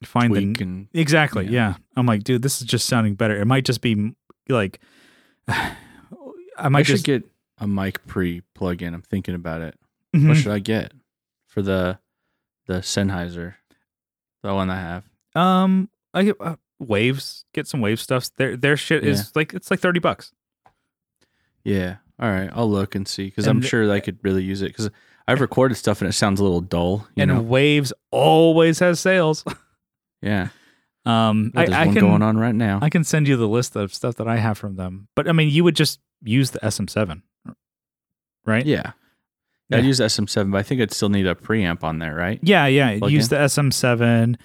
Speaker 1: find the
Speaker 2: tweak and
Speaker 1: Exactly. Yeah.
Speaker 2: Yeah.
Speaker 1: I'm like, dude, this is just sounding better. It might just be m- like, [SIGHS] I
Speaker 2: I
Speaker 1: might
Speaker 2: should
Speaker 1: just.
Speaker 2: get a mic pre plug-in. I'm thinking about it. What
Speaker 1: Mhm.
Speaker 2: should I get for the the Sennheiser? The one I have.
Speaker 1: Um, I get uh, waves. Get some wave stuffs. Their their shit
Speaker 2: Yeah.
Speaker 1: is like it's like thirty bucks.
Speaker 2: Yeah. All right. I'll look and see because I'm
Speaker 1: And-
Speaker 2: sure I could really use it because I've recorded stuff and it sounds a little dull. You
Speaker 1: and
Speaker 2: know.
Speaker 1: waves always has
Speaker 2: [LAUGHS]
Speaker 1: sales.
Speaker 2: Yeah.
Speaker 1: Um,
Speaker 2: There's
Speaker 1: I, I
Speaker 2: one
Speaker 1: can
Speaker 2: going on right now.
Speaker 1: I can send you the list of stuff that I have from them. But I mean, you would just use the SM7, right?
Speaker 2: yeah.
Speaker 1: Yeah.
Speaker 2: I'd use SM7, but I think I'd still need a preamp on there, right?
Speaker 1: yeah, yeah.
Speaker 2: Plug
Speaker 1: use
Speaker 2: in.
Speaker 1: the SM7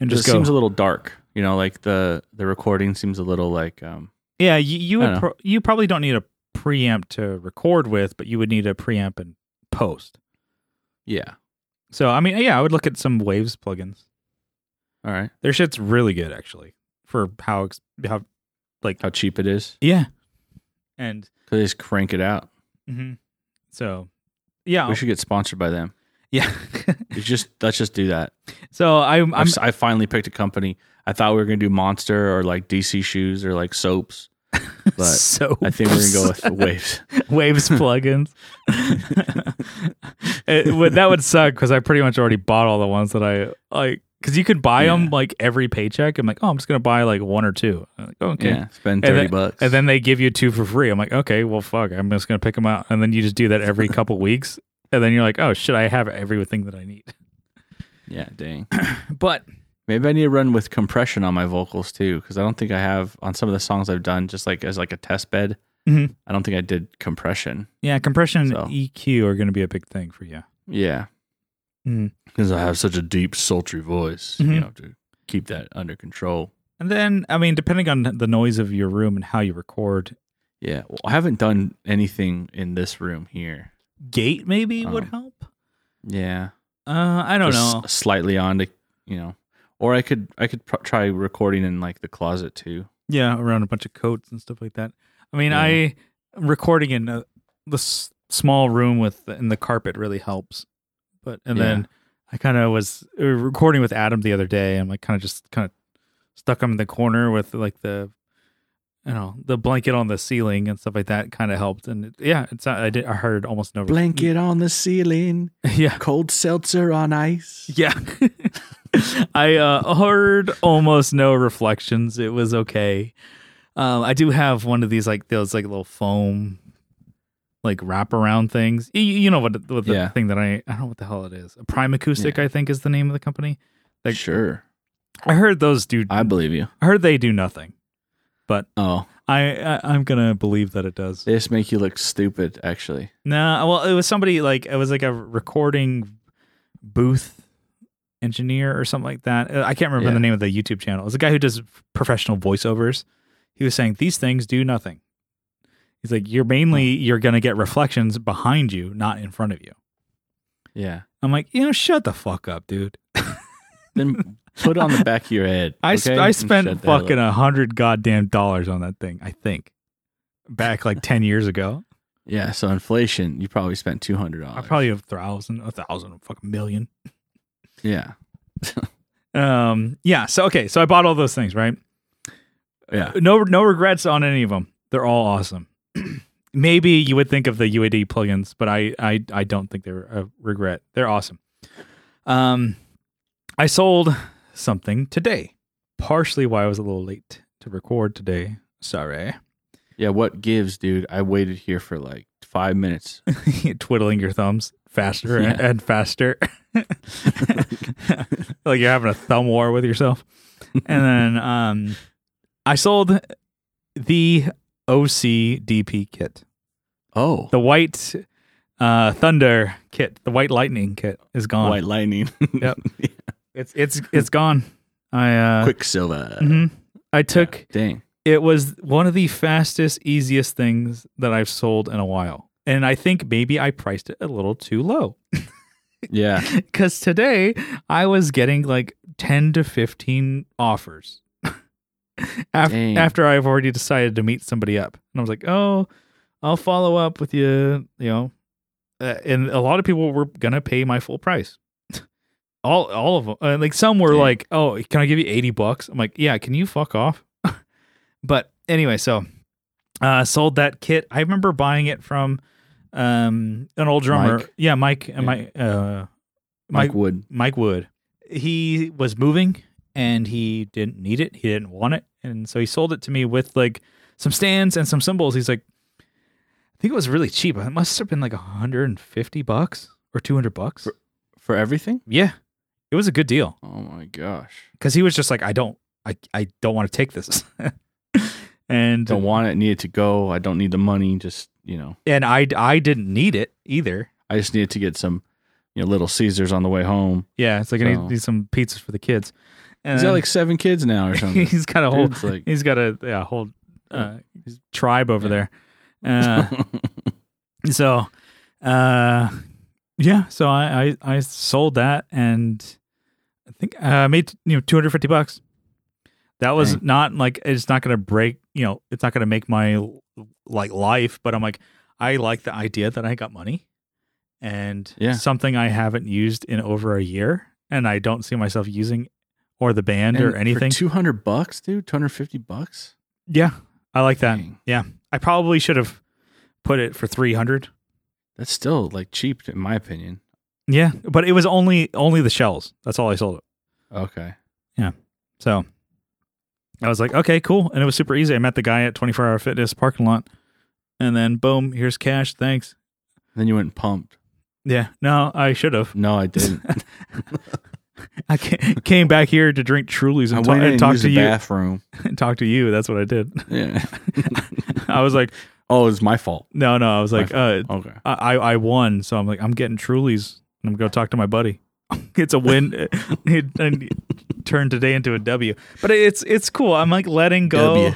Speaker 1: and just
Speaker 2: it
Speaker 1: go.
Speaker 2: seems a little dark. You know, like the the recording seems a little like um
Speaker 1: yeah, you you,
Speaker 2: I
Speaker 1: would
Speaker 2: don't
Speaker 1: pro- you probably don't need a preamp to record with, but you would need a preamp and post.
Speaker 2: yeah.
Speaker 1: So I mean, yeah, I would look at some Waves plugins.
Speaker 2: All right.
Speaker 1: Their shit's really good actually for how ex- how
Speaker 2: How cheap it is.
Speaker 1: yeah, and
Speaker 2: Cuz they just crank it out.
Speaker 1: mhm. so yeah,
Speaker 2: We should get sponsored by them.
Speaker 1: yeah. [LAUGHS]
Speaker 2: It's just let's just do that.
Speaker 1: so I'm
Speaker 2: i
Speaker 1: I'm
Speaker 2: I finally picked a company. I thought we were gonna do Monster or like DC shoes or like
Speaker 1: [LAUGHS]
Speaker 2: soaps, but
Speaker 1: so
Speaker 2: I think we're gonna go with Waves.
Speaker 1: [LAUGHS] Waves
Speaker 2: [LAUGHS]
Speaker 1: plugins. it, would that would suck because I pretty much already bought all the ones that I like. Because you could buy them
Speaker 2: Yeah.
Speaker 1: like every paycheck. I'm like, oh, I'm just gonna buy like one or two. I'm like, okay.
Speaker 2: Yeah, spend
Speaker 1: And
Speaker 2: thirty
Speaker 1: then-
Speaker 2: bucks.
Speaker 1: And then they give you two for free. I'm like, okay, well, fuck. I'm just gonna pick them out. And then you just do that
Speaker 2: [LAUGHS]
Speaker 1: every couple weeks. And then you're like, oh shit, I have everything that I need. [LAUGHS]
Speaker 2: yeah, dang.
Speaker 1: But
Speaker 2: Maybe I need to run with compression on my vocals too, because I don't think I have on some of the songs I've done just like as like a test bed.
Speaker 1: Mhm.
Speaker 2: I don't think I did compression.
Speaker 1: yeah, compression
Speaker 2: So.
Speaker 1: and EQ are gonna be a big thing for you.
Speaker 2: Yeah,
Speaker 1: Mhm.
Speaker 2: because I have such a deep, sultry voice.
Speaker 1: Mhm.
Speaker 2: You know, to keep that under control.
Speaker 1: And then, I mean, depending on the noise of your room and how you record,
Speaker 2: Yeah, well, I haven't done anything in this room here.
Speaker 1: gate maybe would
Speaker 2: Um,
Speaker 1: help.
Speaker 2: Yeah,
Speaker 1: Uh, I don't
Speaker 2: just
Speaker 1: know.
Speaker 2: s- Slightly on to you know, or I could I could pr- try recording in like the closet too.
Speaker 1: Yeah, around a bunch of coats and stuff like that. I mean,
Speaker 2: Yeah.
Speaker 1: I recording in a, the s- small room with in the carpet really helps. But and then I kind of was uh, recording with Adam the other day. and like kind of just kind of stuck him in the corner with like the you know the blanket on the ceiling and stuff like that. Kind of helped. And it, yeah, it's not, I did I heard almost no
Speaker 2: Blanket on the ceiling,
Speaker 1: [LAUGHS] Yeah,
Speaker 2: cold seltzer on ice.
Speaker 1: yeah. [LAUGHS] I uh, heard almost no reflections. It was okay. Um, I do have one of these like those like little foam like wraparound things. You, you know what, what the
Speaker 2: Yeah.
Speaker 1: thing that I I don't know what the hell it is. Prime Acoustic, I think, is the name of the company. Like-
Speaker 2: sure,
Speaker 1: I heard those do. I
Speaker 2: I believe you.
Speaker 1: heard they do nothing.
Speaker 2: Oh,
Speaker 1: I, I I'm gonna believe that it does.
Speaker 2: they just make you look stupid. Actually,
Speaker 1: No, well, it was somebody like it was like a recording booth engineer or something like that. Uh, I can't remember
Speaker 2: Yeah.
Speaker 1: the name of the YouTube channel. It's a guy who does professional voiceovers. He was saying these things do nothing. He's like, you're mainly you're gonna get reflections behind you, not in front of you.
Speaker 2: yeah.
Speaker 1: I'm like, you know, shut the fuck up, dude.
Speaker 2: Then put it on the back of your head.
Speaker 1: [LAUGHS] I sp-
Speaker 2: okay?
Speaker 1: I
Speaker 2: And
Speaker 1: spent
Speaker 2: shut the hell
Speaker 1: fucking
Speaker 2: up.
Speaker 1: a hundred goddamn dollars on that thing. I think back like ten years
Speaker 2: [LAUGHS]
Speaker 1: ago.
Speaker 2: Yeah, so inflation. You probably spent two hundred
Speaker 1: I
Speaker 2: dollars.
Speaker 1: probably have thousand, a thousand, a fucking million.
Speaker 2: Yeah.
Speaker 1: Um, yeah. So okay. So I bought all those things, right?
Speaker 2: Yeah.
Speaker 1: No, no regrets on any of them. They're all awesome. [CLEARS THROAT] Maybe you would think of the UAD plugins, but I, I, I don't think they're a regret. They're awesome. Um, I sold something today. Partially why I was a little late to record today. Sorry. [LAUGHS]
Speaker 2: Yeah. What gives, dude? I waited here for like five
Speaker 1: [LAUGHS]
Speaker 2: minutes.
Speaker 1: Twiddling your thumbs faster
Speaker 2: Yeah.
Speaker 1: and faster. like you're having a thumb war with yourself. And then um, I sold the OCDP kit,
Speaker 2: oh,
Speaker 1: the white uh, thunder kit, the white lightning kit is gone.
Speaker 2: white lightning. [LAUGHS]
Speaker 1: Yep. It's it's it's gone. I uh,
Speaker 2: Quicksilver.
Speaker 1: mhm. I [LAUGHS] took
Speaker 2: Dang.
Speaker 1: it was one of the fastest, easiest things that I've sold in a while, and I think maybe I priced it a little too low. [LAUGHS]
Speaker 2: Yeah.
Speaker 1: Because today I was getting like 10 to 15 offers [LAUGHS] after,
Speaker 2: Dang.
Speaker 1: after I've already decided to meet somebody up. And I was like, oh, I'll follow up with you, you know. Uh, and a lot of people were going to pay my full price. [LAUGHS] all all of them. Uh, like some were
Speaker 2: Dang.
Speaker 1: like, oh, can I give you 80 bucks? I'm like, yeah, can you fuck off? [LAUGHS] but anyway, so uh sold that kit. I remember buying it from um an old drummer.
Speaker 2: Mike?
Speaker 1: Yeah, Mike
Speaker 2: Yeah.
Speaker 1: Mike uh
Speaker 2: Mike
Speaker 1: Mike
Speaker 2: Wood.
Speaker 1: Mike Wood. He was moving and he didn't need it. He didn't want it. And so he sold it to me with like some stands and some cymbals. He's like, I think it was really cheap. It must have been like 150 bucks or 200 bucks.
Speaker 2: For everything?
Speaker 1: Yeah. It was a good deal
Speaker 2: Oh my gosh.
Speaker 1: because he was just like, I don't, I, I don't want to take this. [LAUGHS] and
Speaker 2: Don't want it. Need it to go. I don't need the money. Just, you know,
Speaker 1: and I, I didn't need it either.
Speaker 2: I just needed to get some, you know, little Caesars on the way home.
Speaker 1: Yeah. It's like, I
Speaker 2: So-
Speaker 1: need, need some pizzas for the kids. And
Speaker 2: He's
Speaker 1: [LAUGHS]
Speaker 2: got like seven kids now or something.
Speaker 1: he's got a whole
Speaker 2: Dude's like,
Speaker 1: He's got a yeah, whole uh, tribe over there. [LAUGHS]
Speaker 2: [LAUGHS]
Speaker 1: Uh, so, uh, yeah. So I, I I sold that, and I think uh, I made you know two hundred fifty bucks. That was
Speaker 2: Dang.
Speaker 1: not like it's not going to break. You know, it's not going to make my like life. But I'm like, I like the idea that I got money, and
Speaker 2: Yeah.
Speaker 1: something I haven't used in over a year, and I don't see myself using or the band or anything.
Speaker 2: Two hundred bucks, dude. Two hundred fifty bucks.
Speaker 1: yeah, I like that.
Speaker 2: Dang.
Speaker 1: Yeah, I probably should have put it for three hundred.
Speaker 2: That's still like cheap, in my opinion.
Speaker 1: Yeah, but it was only only the shells. That's all I sold it.
Speaker 2: Okay.
Speaker 1: So I was like, okay, cool, and it was super easy. I met the guy at Twenty Four Hour Fitness parking lot, and then boom, here's cash. Thanks.
Speaker 2: Then you went and pumped.
Speaker 1: Yeah, no, I should have.
Speaker 2: No, I didn't.
Speaker 1: [LAUGHS] I ca- came back here to drink Trulies
Speaker 2: I
Speaker 1: and,
Speaker 2: went
Speaker 1: ta-
Speaker 2: in
Speaker 1: and
Speaker 2: and
Speaker 1: talk
Speaker 2: used
Speaker 1: to
Speaker 2: the
Speaker 1: you.
Speaker 2: bathroom.
Speaker 1: [LAUGHS]
Speaker 2: [LAUGHS]
Speaker 1: And talk to you. That's what I did. [LAUGHS]
Speaker 2: Yeah.
Speaker 1: I was like,
Speaker 2: oh, it's my fault.
Speaker 1: no, no. I was like, uh,
Speaker 2: Okay.
Speaker 1: I I I won, so I'm like, I'm getting Trulies, and I'm gonna go talk to my buddy. [LAUGHS] it's a win, [LAUGHS] It- and turn today into a W. But it's it's cool. I'm like letting go,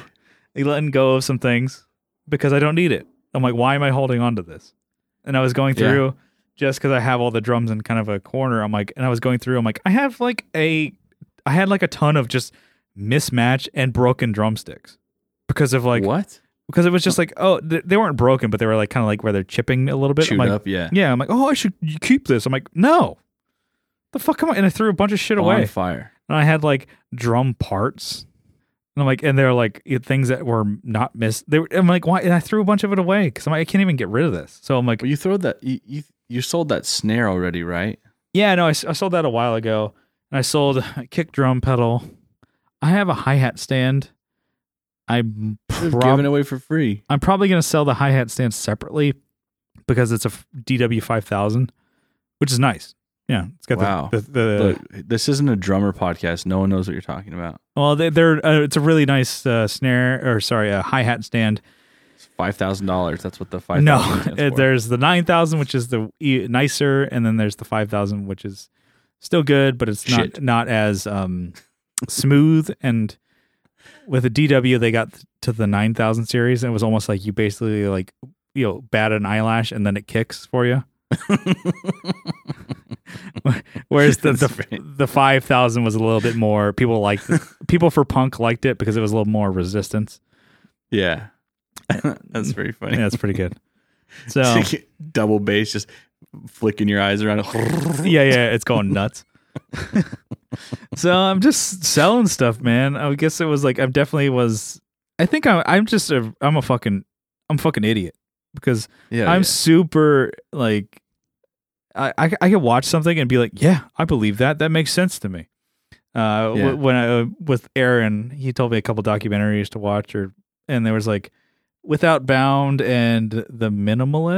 Speaker 1: letting go of some things because I don't need it. I'm like, why am I holding on to this? And I was going
Speaker 2: Yeah.
Speaker 1: through just because I have all the drums in kind of a corner. I'm like, and I was going through. I'm like, I have like a, I had like a ton of just mismatch and broken drumsticks because of like
Speaker 2: what?
Speaker 1: because it was just like oh th- they weren't broken but they were like kind of like where they're chipping a little bit. I'm
Speaker 2: Chewed
Speaker 1: like,
Speaker 2: up, yeah.
Speaker 1: yeah, I'm like, oh, I should keep this. I'm like, no, the fuck am I? And I threw a bunch of shit away.
Speaker 2: On fire.
Speaker 1: And I had like drum parts, and I'm like, and they're like it- things that were not missed. They were, I'm like, why? And I threw a bunch of it away because I'm like, I can't even get rid of this. So I'm like,
Speaker 2: Well, you throw that. You, you you sold that snare already, right?
Speaker 1: yeah, no, I, s- I sold that a while ago. And I sold [LAUGHS] a kick drum pedal. I have a hi hat stand. I'm
Speaker 2: You've
Speaker 1: probably
Speaker 2: given away for free.
Speaker 1: I'm probably going to sell the hi hat stand separately because it's a f- DW five thousand, which is nice. Yeah, it's got the-
Speaker 2: Wow.
Speaker 1: the, the,
Speaker 2: Look, this isn't a drummer podcast. No one knows what you're talking about.
Speaker 1: well, they, they're uh, it's a really nice uh, snare or sorry, a hi hat stand.
Speaker 2: It's five thousand dollars. That's what the five.
Speaker 1: no, [LAUGHS] uh, there's the nine thousand, which is the e- nicer, and then there's the five thousand, which is still good, but it's not
Speaker 2: Shit.
Speaker 1: not as um, smooth. And with the DW, they got to the nine thousand series, and it was almost like you basically like you know bat an eyelash, and then it kicks for
Speaker 2: [LAUGHS]
Speaker 1: you. Whereas the
Speaker 2: That's
Speaker 1: the,
Speaker 2: right.
Speaker 1: the five thousand was a little bit more people liked it. people for punk liked it because it was a little more resistance. [LAUGHS]
Speaker 2: yeah, that's very funny.
Speaker 1: Yeah,
Speaker 2: [LAUGHS]
Speaker 1: that's pretty good. So
Speaker 2: Double bass, just flicking your eyes around. [LAUGHS]
Speaker 1: [LAUGHS] yeah, yeah, it's going nuts. [LAUGHS] so I'm just selling stuff, man. I guess it was like I definitely was. I think I'm. I'm just a. I'm a fucking. I'm a fucking idiot because
Speaker 2: Yeah,
Speaker 1: I'm
Speaker 2: yeah.
Speaker 1: super like. I, I I could watch something and be like, yeah, I believe that. That makes sense to me. Uh,
Speaker 2: Yeah.
Speaker 1: w- when I with Aaron, he told me a couple documentaries to watch, or and there was like Without Bound and the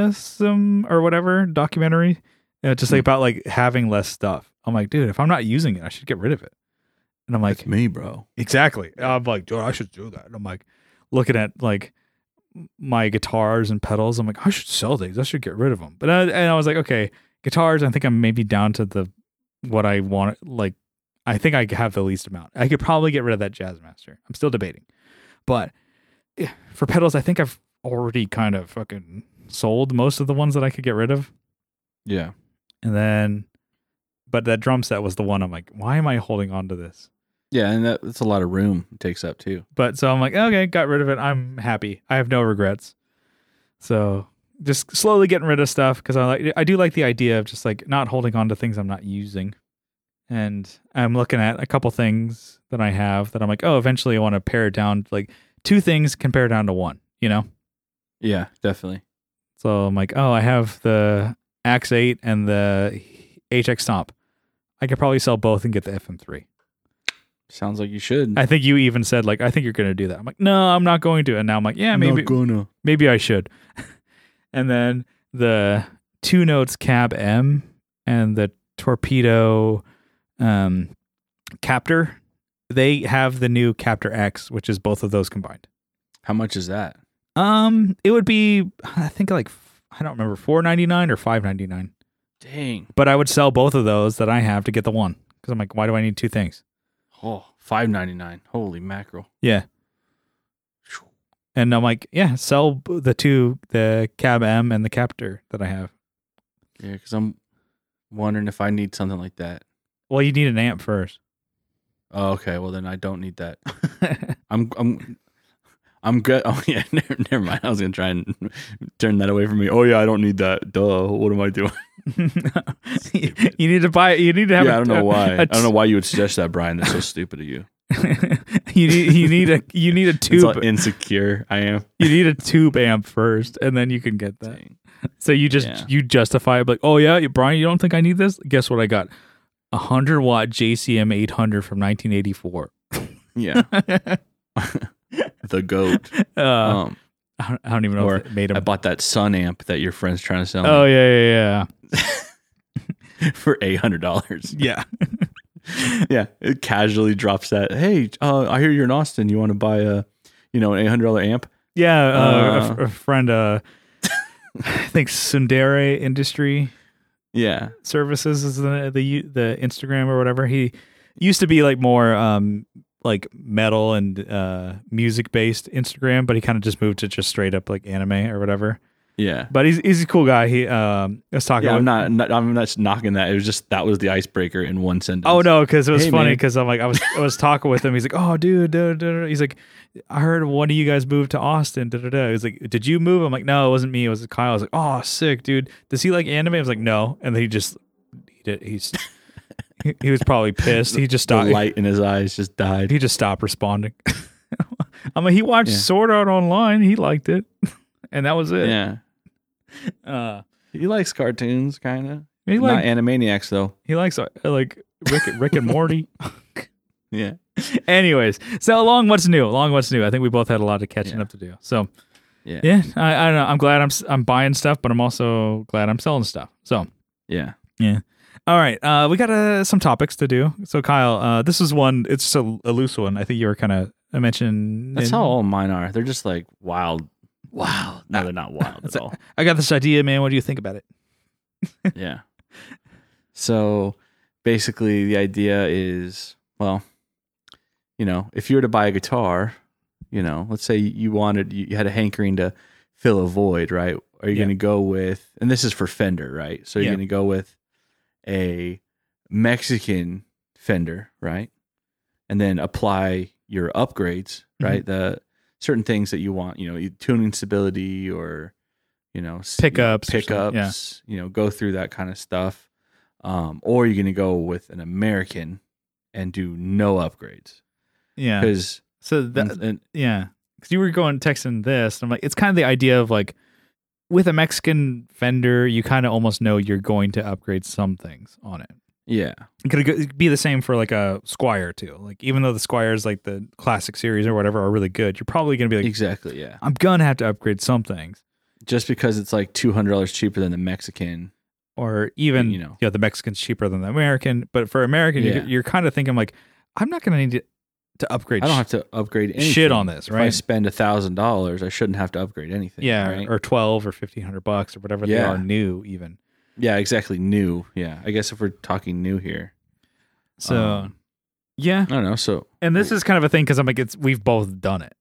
Speaker 1: Minimalism or whatever documentary, uh, just
Speaker 2: Hmm.
Speaker 1: like about like having less stuff. I'm like, dude, if I'm not using it, I should get rid of it. And I'm like,
Speaker 2: That's me, bro.
Speaker 1: Exactly. I'm like, dude, I should do that. And I'm like, looking at like my guitars and pedals. I'm like, I should sell these. I should get rid of them. But I, and I was like, okay, guitars. I think I'm maybe down to the what I want. Like, I think I have the least amount. I could probably get rid of that Jazzmaster. I'm still debating, but eh, for pedals, I think I've already kind of fucking sold most of the ones that I could get rid of.
Speaker 2: Yeah,
Speaker 1: And then, but that drum set was the one I'm like, why am I holding on to this?
Speaker 2: yeah, and that, that's a lot of room it takes up too.
Speaker 1: But so I'm like, okay, got rid of it. I'm happy. I have no regrets. So just slowly getting rid of stuff because I like I do like the idea of just like not holding on to things I'm not using. And I'm looking at a couple things that I have that I'm like, oh, eventually I want to pare it down. Like two things can pare down to one, you know?
Speaker 2: Yeah, definitely.
Speaker 1: So I'm like, oh, I have the Axe 8 and the HX Stomp. I could probably sell both and get the FM3.
Speaker 2: Sounds like you should.
Speaker 1: I think you even said like, I think you're going to do that. I'm like, no, I'm not going to. And now I'm like, yeah, maybe
Speaker 2: gonna.
Speaker 1: maybe I should. [LAUGHS] and then the two notes cab M and the torpedo um, captor, they have the new captor X, which is both of those combined.
Speaker 2: How much is that?
Speaker 1: Um, it would be I think like I don't remember four ninety nine or five ninety nine,
Speaker 2: Dang.
Speaker 1: but I would sell both of those that I have to get the one because I'm like, why do I need two things?
Speaker 2: Oh, five ninety nine. Holy mackerel.
Speaker 1: Yeah. And I'm like, yeah, sell b- the two, the cab M and the captor that I have.
Speaker 2: Yeah, because I'm wondering if I need something like that.
Speaker 1: Well, you need an amp first.
Speaker 2: Oh, okay. Well, then I don't
Speaker 1: [LAUGHS]
Speaker 2: need that. I'm I'm I'm good. [LAUGHS] Oh yeah, never, never mind. I was gonna try and [LAUGHS] turn that away from me. Oh yeah, I don't need that. Duh. What am I doing? [LAUGHS]
Speaker 1: [LAUGHS] you need to buy. You need to have.
Speaker 2: yeah, I
Speaker 1: a-
Speaker 2: don't know why.
Speaker 1: a-
Speaker 2: I don't know why you would suggest that,
Speaker 1: [LAUGHS]
Speaker 2: Brian. That's so stupid of you.
Speaker 1: you need. You need a. You need a
Speaker 2: [LAUGHS] It's how
Speaker 1: tube.
Speaker 2: insecure I am.
Speaker 1: you need a tube amp first, and then you can get [LAUGHS] that.
Speaker 2: Dang.
Speaker 1: So you just
Speaker 2: Yeah.
Speaker 1: you justify it like, oh yeah, you- Brian, you don't think I need this? Guess what I got? A hundred watt JCM eight hundred from nineteen Uh, eighty [LAUGHS] four.
Speaker 2: Yeah, the goat.
Speaker 1: I
Speaker 2: um,
Speaker 1: don't I don't even know
Speaker 2: or
Speaker 1: if it made
Speaker 2: I
Speaker 1: them.
Speaker 2: bought that Sun amp that your friend's trying to sell
Speaker 1: Oh
Speaker 2: me
Speaker 1: yeah, yeah,
Speaker 2: [LAUGHS] for eight
Speaker 1: [LAUGHS]
Speaker 2: hundred dollars.
Speaker 1: yeah,
Speaker 2: yeah, it casually drops that. Hey, uh, I hear you're in Austin. You want to buy a, you know, an eight hundred dollar amp?
Speaker 1: yeah, yeah. Uh, a
Speaker 2: Uh.
Speaker 1: f- a, friend, uh, [LAUGHS] I think Sundere Industry
Speaker 2: Yeah,
Speaker 1: services is the the the Instagram or whatever. He used to be like more um like metal and uh music based Instagram, but he kind of just moved to just straight up like anime or whatever.
Speaker 2: yeah.
Speaker 1: But he's he's a cool guy. He um I was talking.
Speaker 2: Yeah,
Speaker 1: with,
Speaker 2: I'm not, not. I'm not knocking that. It was just that was the icebreaker in one sentence.
Speaker 1: Oh no, because it was
Speaker 2: Hey,
Speaker 1: funny.
Speaker 2: man.
Speaker 1: Because I'm like I was I was talking with him. He's like, oh dude, da, da, da." he's like, I heard one of you guys moved to Austin. Da, da, da. He's like, did you move? I'm like, no, it wasn't me. It was Kyle. I was like, oh sick, dude. Does he like anime? I was like, no. And then he just he did, he's he, he was probably pissed. He just
Speaker 2: the
Speaker 1: stopped.
Speaker 2: light in his eyes just died.
Speaker 1: he just stopped responding. [LAUGHS] I mean, he watched
Speaker 2: Yeah.
Speaker 1: Sword Art Online. He liked it, [LAUGHS] and that was it.
Speaker 2: Yeah,
Speaker 1: Uh,
Speaker 2: he likes cartoons, kind of.
Speaker 1: he
Speaker 2: Not
Speaker 1: like
Speaker 2: Animaniacs though.
Speaker 1: he likes uh, like Rick Rick and Morty.
Speaker 2: Yeah,
Speaker 1: Anyways, so along what's new, along what's new. I think we both had a lot of catching
Speaker 2: Yeah.
Speaker 1: up to do. So
Speaker 2: Yeah.
Speaker 1: yeah. I, I don't know. I'm glad I'm s- I'm buying stuff, but I'm also glad I'm selling stuff. So
Speaker 2: yeah.
Speaker 1: all right, uh, we got uh, some topics to do. So Kyle, uh, this is one. It's just a, a loose one. I think you were kind of I mentioned.
Speaker 2: That's
Speaker 1: in-
Speaker 2: how all mine are. They're just like wild. Wow. No, they're not [LAUGHS] wild
Speaker 1: That's
Speaker 2: at all.
Speaker 1: I got this idea, man. What do you think about it?
Speaker 2: yeah. So basically, the idea is well, you know, if you were to buy a guitar, you know, let's say you wanted, you had a hankering to fill a void, right? Are you
Speaker 1: Yeah.
Speaker 2: going to go with, and this is for Fender, right? So you're
Speaker 1: Yeah.
Speaker 2: going to go with a Mexican Fender, right? And then apply your upgrades,
Speaker 1: Mm-hmm.
Speaker 2: right? The certain things that you want, you know, e, tuning stability or, you know, s-
Speaker 1: Pickups or something,
Speaker 2: pickups, you know, go through that kind of stuff. um, or you're going to go with an American and do no upgrades
Speaker 1: Yeah.
Speaker 2: because
Speaker 1: So that, Yeah. Because you were going texting this. And I'm like, it's kind of the idea of like with a Mexican vendor, you kind of almost know you're going to upgrade some things on it.
Speaker 2: yeah,
Speaker 1: It could go- be the same for like a Squire too. Like, even though the Squires, like the classic series or whatever, are really good, you're probably going to be like,
Speaker 2: exactly, yeah.
Speaker 1: I'm going to have to upgrade some things.
Speaker 2: Just because it's like two hundred dollars cheaper than the Mexican,
Speaker 1: Or even,
Speaker 2: You
Speaker 1: you
Speaker 2: know.
Speaker 1: know, the Mexican's cheaper than the American. But for American,
Speaker 2: Yeah.
Speaker 1: you're, you're kind of thinking, like, I'm not going to need to, to upgrade
Speaker 2: I don't
Speaker 1: sh-
Speaker 2: have to upgrade anything.
Speaker 1: shit on this,
Speaker 2: If I
Speaker 1: right?
Speaker 2: spend a thousand dollars, I shouldn't have to upgrade anything.
Speaker 1: Yeah.
Speaker 2: right?
Speaker 1: Or 12 or 1500 bucks or whatever they
Speaker 2: Yeah.
Speaker 1: are new, even.
Speaker 2: yeah, exactly. New, yeah. I guess if we're talking new here,
Speaker 1: So
Speaker 2: Um,
Speaker 1: yeah,
Speaker 2: I don't know. So
Speaker 1: and this is kind of a thing because I'm like, it's we've both done it.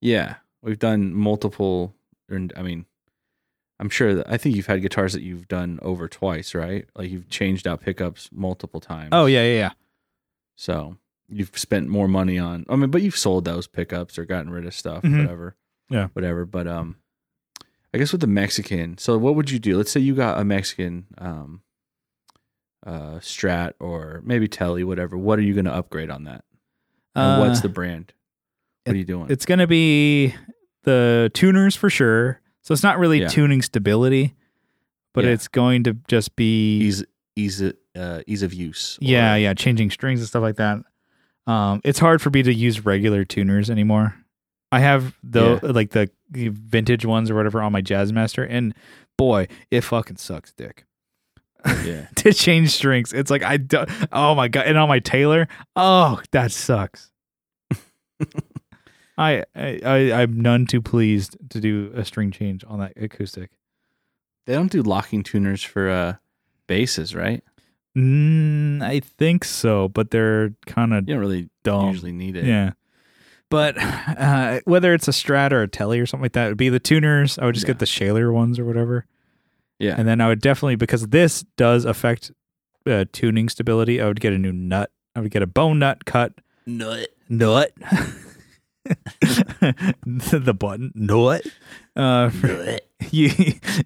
Speaker 2: Yeah, we've done multiple, and I mean, I'm sure that I think you've had guitars that you've done over twice, right? Like you've changed out pickups multiple times.
Speaker 1: Oh, yeah, yeah, yeah.
Speaker 2: So you've spent more money on. I mean, but you've sold those pickups or gotten rid of stuff,
Speaker 1: Mhm.
Speaker 2: whatever.
Speaker 1: Yeah.
Speaker 2: whatever. But um, I guess with the Mexican, so what would you do? Let's say you got a Mexican um, uh, Strat or maybe Tele, whatever. What are you going to upgrade on that? And what's
Speaker 1: Uh,
Speaker 2: the brand? What are you doing?
Speaker 1: It's gonna be the tuners for sure. So it's not really
Speaker 2: Yeah.
Speaker 1: tuning stability, but
Speaker 2: Yeah.
Speaker 1: it's going to just be
Speaker 2: ease ease uh, ease of use. or-
Speaker 1: yeah, yeah, changing strings and stuff like that. Um, it's hard for me to use regular tuners anymore. I have the like the vintage ones or whatever on my Jazzmaster, and boy, it fucking sucks, dick.
Speaker 2: yeah.
Speaker 1: [LAUGHS] to change strings. It's like I do, oh my god, and on my Taylor, oh that
Speaker 2: [LAUGHS]
Speaker 1: sucks. I, I I I'm none too pleased to do a string change on that acoustic.
Speaker 2: [LAUGHS] They don't do locking tuners for uh basses, right?
Speaker 1: Mm, I think so, but they're kind of
Speaker 2: You don't really
Speaker 1: dumb.
Speaker 2: usually need it.
Speaker 1: Yeah. But uh, whether it's a Strat or a Telly or something like that, it would be the tuners. I would just
Speaker 2: Yeah.
Speaker 1: get the Shaler ones or whatever.
Speaker 2: Yeah.
Speaker 1: And then I would definitely, because this does affect uh, tuning stability, I would get a new nut. I would get a bone nut cut
Speaker 2: [LAUGHS] Nut.
Speaker 1: [LAUGHS] nut. the button nut. Uh, for- [LAUGHS] you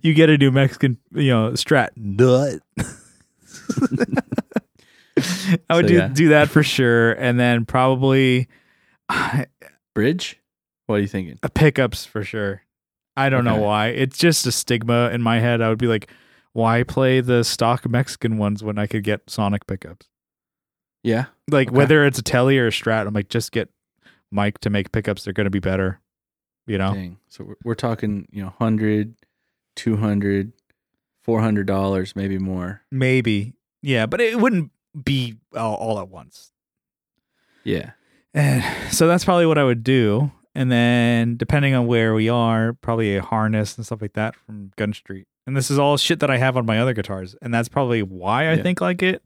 Speaker 1: you get a new Mexican you know strat nut. [LAUGHS] I would
Speaker 2: So,
Speaker 1: do
Speaker 2: yeah.
Speaker 1: do that for sure, and then probably [SIGHS] uh,
Speaker 2: Bridge? What are you thinking?
Speaker 1: pickups for sure. I don't
Speaker 2: Okay.
Speaker 1: know why. It's just a stigma in my head. I would be like, why play the stock Mexican ones when I could get Sonic pickups?
Speaker 2: Yeah.
Speaker 1: Like
Speaker 2: Okay.
Speaker 1: whether it's a Telly or a Strat, I'm like, just get Mike to make pickups. They're going to be better. You know,
Speaker 2: Dang. So we're, we're talking, you know, 100, 200, 400 dollars, maybe more.
Speaker 1: maybe. Yeah, but it wouldn't be all, all at once.
Speaker 2: Yeah.
Speaker 1: And [SIGHS] so that's probably what I would do. And then depending on where we are, probably a harness and stuff like that from Gun Street. And this is all shit that I have on my other guitars. And that's probably why I
Speaker 2: Yeah.
Speaker 1: think like it.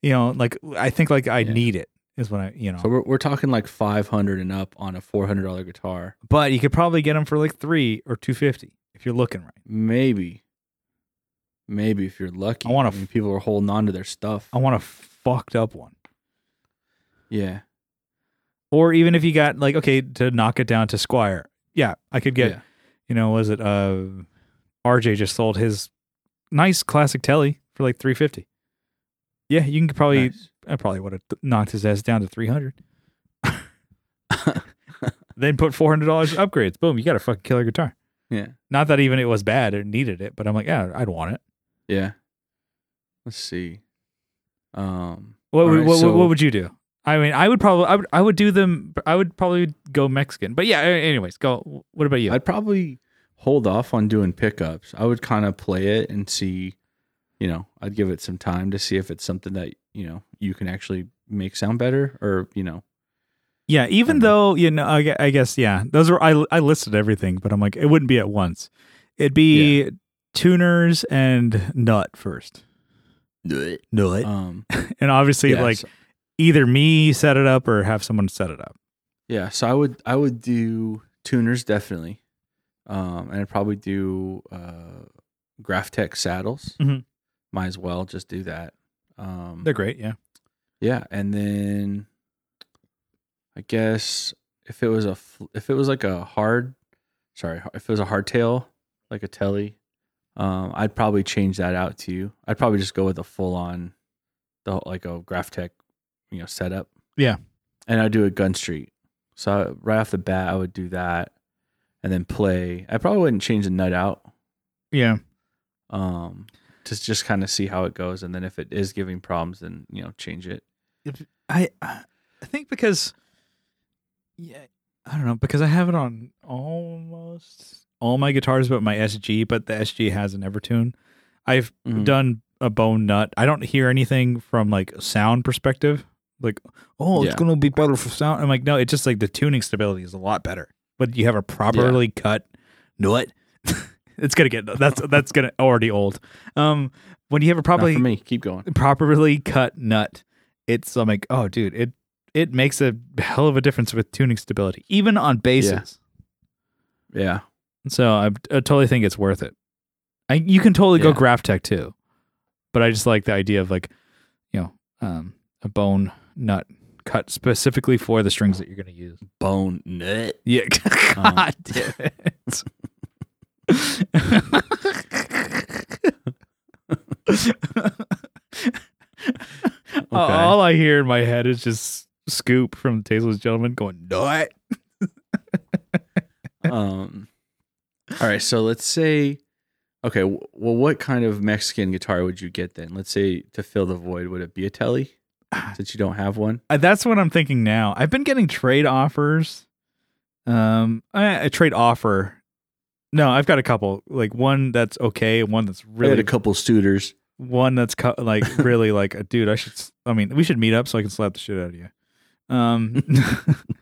Speaker 1: You know, like I think like I
Speaker 2: Yeah.
Speaker 1: need it is when I, you know.
Speaker 2: So we're, we're talking like 500 and up on a $400 guitar.
Speaker 1: but you could probably get them for like three or 250 if you're looking right.
Speaker 2: Maybe. Maybe if you're lucky.
Speaker 1: I wanna
Speaker 2: mean, people are holding on to their stuff.
Speaker 1: I want a fucked up one.
Speaker 2: yeah.
Speaker 1: Or even if you got like, okay, to knock it down to Squire. Yeah, I could get,
Speaker 2: Yeah.
Speaker 1: you know, was it uh RJ just sold his nice classic telly for like 350. Yeah, you can probably
Speaker 2: Nice.
Speaker 1: I probably would have th- knocked his ass down to
Speaker 2: [LAUGHS]
Speaker 1: 300. then put $400 upgrades. Boom, you got a fucking killer guitar.
Speaker 2: Yeah.
Speaker 1: Not that even it was bad or needed it, but I'm like, yeah, I'd want it.
Speaker 2: Yeah. Let's see. Um
Speaker 1: What,
Speaker 2: All
Speaker 1: would
Speaker 2: right,
Speaker 1: what,
Speaker 2: so-
Speaker 1: what, what would you do? I mean, I would probably, I would, I would do them, I would probably go Mexican. But yeah, a- anyways, go. What about you?
Speaker 2: I'd probably hold off on doing pickups. I would kind of play it and see, you know, I'd give it some time to see if it's something that, you know, you can actually make sound better or, you know,
Speaker 1: yeah, even
Speaker 2: don't
Speaker 1: though, you know, I, gue- I guess, yeah, those were, I, I listed everything, but I'm like, it wouldn't be at once. It'd be tuners and nut first. Nut.
Speaker 2: um
Speaker 1: and obviously,
Speaker 2: yeah,
Speaker 1: like,
Speaker 2: so-
Speaker 1: either me set it up or have someone set it up.
Speaker 2: yeah, so I would I would do tuners definitely. Um and I'd probably do uh Graftech saddles.
Speaker 1: Mhm.
Speaker 2: Might as well just do that. Um
Speaker 1: They're great, yeah.
Speaker 2: Yeah, and then I guess if it was a fl- if it was like a hard, sorry, if it was a hardtail like a telly, Um, I'd probably change that out to. I'd probably just go with a full on, the whole- like a graph tech, you know, setup.
Speaker 3: Yeah.
Speaker 2: And I'd do a gun street. So I- right off the bat, I would do that, and then play. I probably wouldn't change the nut out.
Speaker 3: Yeah.
Speaker 2: Um, just just kind of see how it goes, and then if it is giving problems, then you know, change it.
Speaker 1: I I think because yeah, I don't know because I have it on almost all my guitars, but my SG, but the SG has an Evertune. I've
Speaker 2: Mhm.
Speaker 1: done a bone nut. I don't hear anything from like a sound perspective. Like, oh, it's
Speaker 2: Yeah.
Speaker 1: gonna be better for sound. I'm like, no, it's just like the tuning stability is a lot better. But you have a properly cut nut. [LAUGHS] it's gonna get that's that's gonna already old. Um, when you have a
Speaker 2: Not
Speaker 1: properly
Speaker 2: for me. Keep going.
Speaker 1: properly cut nut, it's I'm like, oh dude, it it makes a hell of a difference with tuning stability, even on basses.
Speaker 2: Yeah.
Speaker 1: So I, I totally think it's worth it. I, you can totally go
Speaker 2: Yeah.
Speaker 1: graph tech too, but I just like the idea of like, you know, um, a bone nut cut specifically for the strings that you're going to use.
Speaker 2: Bone nut.
Speaker 1: Yeah, [LAUGHS]
Speaker 2: Um,
Speaker 1: God damn it. All I hear in my head is just Scoop from Tasteless Gentleman going nut.
Speaker 2: [LAUGHS] um all right so let's say okay w- well what kind of mexican guitar would you get then let's say to fill the void would it be a telly since you don't have one
Speaker 1: Uh, That's what I'm thinking now. I've been getting trade offers. Um, I, a trade offer. No, I've got a couple. Like one that's okay, and one that's
Speaker 2: really
Speaker 1: really
Speaker 2: a couple studers
Speaker 1: one that's co-
Speaker 2: [LAUGHS]
Speaker 1: like really like a dude i should s- i mean we should meet up so i can slap the shit out of you um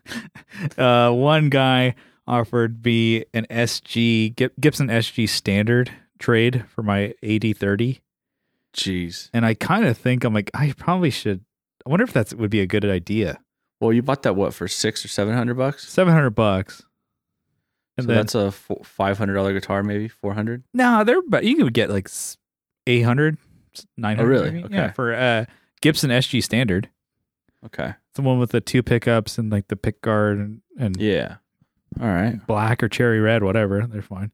Speaker 1: [LAUGHS] uh one guy offered me an sg Gib- gibson sg standard trade for my 8030
Speaker 2: jeez
Speaker 1: and i kind of think i'm like i probably should i wonder if that would be a good idea
Speaker 2: well you bought that what for six or seven hundred bucks
Speaker 1: 700 bucks and
Speaker 2: so
Speaker 1: then
Speaker 2: that's a fo- $500 guitar maybe 400
Speaker 1: no they're but you could get like s- 800 s- 900
Speaker 2: Oh, really?
Speaker 1: maybe? yeah
Speaker 2: Okay.
Speaker 1: for uh gibson sg standard
Speaker 2: okay
Speaker 1: the one with the two pickups and like the pick guard and, and
Speaker 2: yeah all right
Speaker 1: black or cherry red, whatever. They're fine.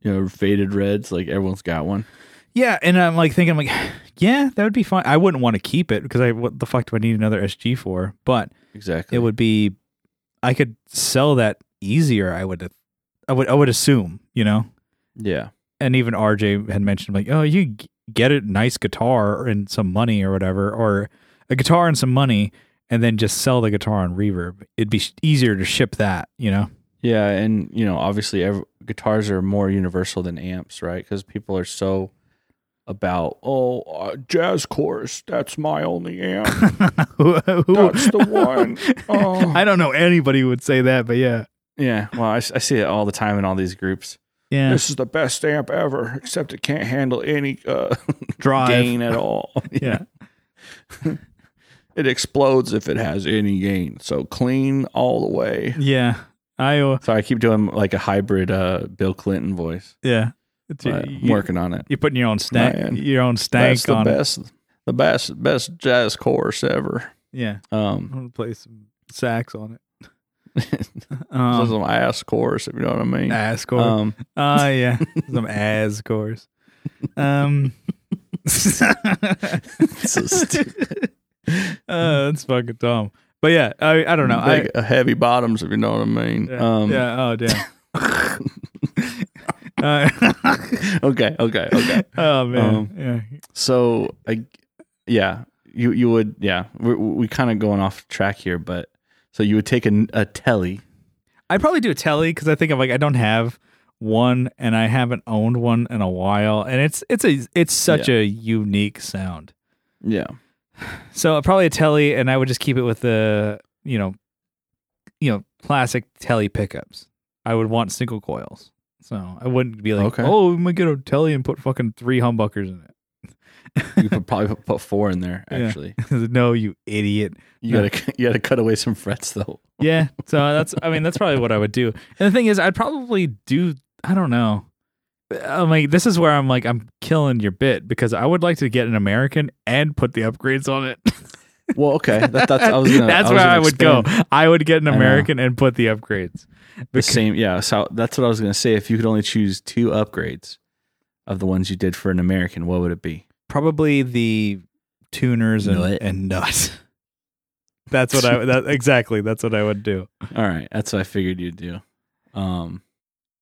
Speaker 2: you know faded reds like everyone's got one
Speaker 1: Yeah, and I'm like thinking, I'm like, [SIGHS] yeah, that would be fine. I wouldn't want to keep it because I what the fuck do I need another SG for? But
Speaker 2: exactly
Speaker 1: it would be, I could sell that easier. I would, I would, I would assume, you know.
Speaker 2: yeah
Speaker 1: And even RJ had mentioned like, oh, you g- get a nice guitar and some money or whatever, or a guitar and some money, and then just sell the guitar on reverb. It'd be sh- easier to ship that, you know.
Speaker 2: Yeah, and you know, obviously, ev guitars are more universal than amps, right? Because people are so about oh, uh, jazz chorus. That's my only amp.
Speaker 1: [LAUGHS] Who- who- [LAUGHS]
Speaker 2: That's the one. Oh.
Speaker 1: I don't know anybody who would say that, but yeah.
Speaker 2: yeah, well, I, s- I see it all the time in all these groups.
Speaker 1: Yeah.
Speaker 2: This is the best amp ever, except it can't handle any uh,
Speaker 1: drive.
Speaker 2: gain at all.
Speaker 1: [LAUGHS] Yeah.
Speaker 2: it explodes if it has any gain. So clean all the way.
Speaker 1: Yeah. I uh,
Speaker 2: So I keep doing like a hybrid uh, Bill Clinton voice.
Speaker 1: yeah. It's,
Speaker 2: but I'm
Speaker 1: you,
Speaker 2: working on it.
Speaker 1: you're putting your own stank
Speaker 2: Man.
Speaker 1: your own stank
Speaker 2: That's the
Speaker 1: on it.
Speaker 2: best, the best, best jazz chorus ever.
Speaker 1: Yeah. I'm
Speaker 2: Um,
Speaker 1: gonna play some sax on
Speaker 2: [LAUGHS]
Speaker 1: it.
Speaker 2: this is
Speaker 1: Um,
Speaker 2: an ass chorus, if you know what I mean.
Speaker 1: ass chorus. Um,
Speaker 2: [LAUGHS] Um,
Speaker 1: yeah. Some ass chorus.
Speaker 2: [LAUGHS]
Speaker 1: Um [LAUGHS]
Speaker 2: so [LAUGHS] stupid.
Speaker 1: uh, that's fucking dumb. But yeah, I I don't know. I,
Speaker 2: Big, uh, heavy bottoms, if you know what I mean.
Speaker 1: yeah,
Speaker 2: um,
Speaker 1: yeah, oh
Speaker 2: [LAUGHS]
Speaker 1: damn. Uh, [LAUGHS]
Speaker 2: Okay, okay, [LAUGHS] okay.
Speaker 1: oh man.
Speaker 2: Um,
Speaker 1: yeah.
Speaker 2: so, I, yeah, you you would, yeah, we we kind of going off track here, but so you would take a, a telly.
Speaker 1: I'd probably do a telly because I think I'm like I don't have one and I haven't owned one in a while, and it's it's a it's such a unique sound.
Speaker 2: Yeah,
Speaker 1: So uh, probably a telly, and I would just keep it with the you know, you know, classic telly pickups. I would want single coils, so I wouldn't be like,
Speaker 2: Okay.
Speaker 1: oh, I'm gonna get a telly and put fucking three humbuckers in
Speaker 2: you could probably put- put four in there.
Speaker 1: Yeah.
Speaker 2: Actually,
Speaker 1: it. [LAUGHS] no, you idiot.
Speaker 2: you
Speaker 1: No.
Speaker 2: gotta [LAUGHS] you gotta cut away some frets though.
Speaker 1: Yeah. So that's I mean that's probably what I would do. And the thing is I'd probably do I don't know. Uh, I'm like this is where I'm like I'm killing your bit because I would like to get an American and put the upgrades on it.
Speaker 2: Well, okay, that, [LAUGHS]
Speaker 1: [LAUGHS]
Speaker 2: that's I was gonna,
Speaker 1: that's
Speaker 2: was
Speaker 1: where
Speaker 2: gonna
Speaker 1: I would
Speaker 2: expand.
Speaker 1: go. I would get an
Speaker 2: I know.
Speaker 1: American and put the upgrades.
Speaker 2: the same yeah so that's what i was going to say if you could only choose two upgrades of the ones you did for an American, what would
Speaker 1: [LAUGHS]
Speaker 2: it be?
Speaker 1: Probably the tuners and
Speaker 2: Nut.
Speaker 1: and nuts. That's what [LAUGHS] I that, exactly. That's what I would do.
Speaker 2: All right, that's what I figured you'd do. Um,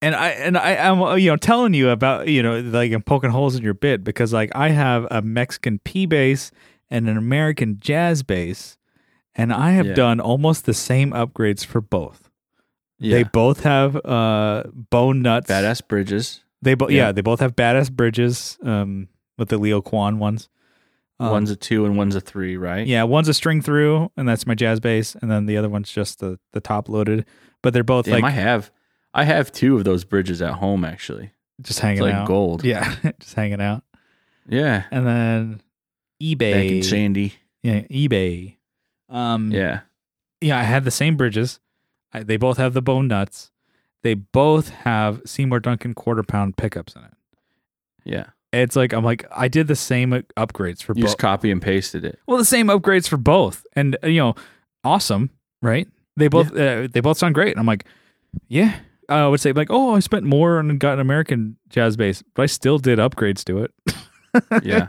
Speaker 1: and I and I I'm uh, you know telling you about you know like I'm poking holes in your bit because like I have a Mexican P bass and an American jazz bass, and I have
Speaker 2: Yeah.
Speaker 1: done almost the same upgrades for both. [LAUGHS] They both have uh bone nuts.
Speaker 2: badass bridges.
Speaker 1: They both yeah.
Speaker 2: Yeah.
Speaker 1: they both have badass bridges. Um, with the Leo Kwan ones. Um,
Speaker 2: one's a two and one's a three, right?
Speaker 1: yeah, one's a string through, and that's my jazz bass, and then the other one's just the the top loaded. But they're both
Speaker 2: Damn,
Speaker 1: like
Speaker 2: I have, I have two of those bridges at home actually.
Speaker 1: just
Speaker 2: It's
Speaker 1: hanging
Speaker 2: like
Speaker 1: out.
Speaker 2: gold.
Speaker 1: Yeah, [LAUGHS] just hanging out.
Speaker 2: yeah.
Speaker 1: and then eBay.
Speaker 2: Back in Sandy.
Speaker 1: yeah, eBay. Um, yeah.
Speaker 2: Yeah,
Speaker 1: I had the same bridges. I, they both have the bone nuts. They both have Seymour Duncan quarter pound pickups in it.
Speaker 2: yeah.
Speaker 1: It's like I'm like I did the same uh, upgrades for
Speaker 2: You
Speaker 1: both.
Speaker 2: just copy and pasted it.
Speaker 1: well, the same upgrades for both, and uh, you know, awesome, right? They both uh, they both sound great. And I'm like, yeah. I would say like, oh, I spent more and got an American jazz bass, but I still did upgrades to it. [LAUGHS]
Speaker 2: Yeah,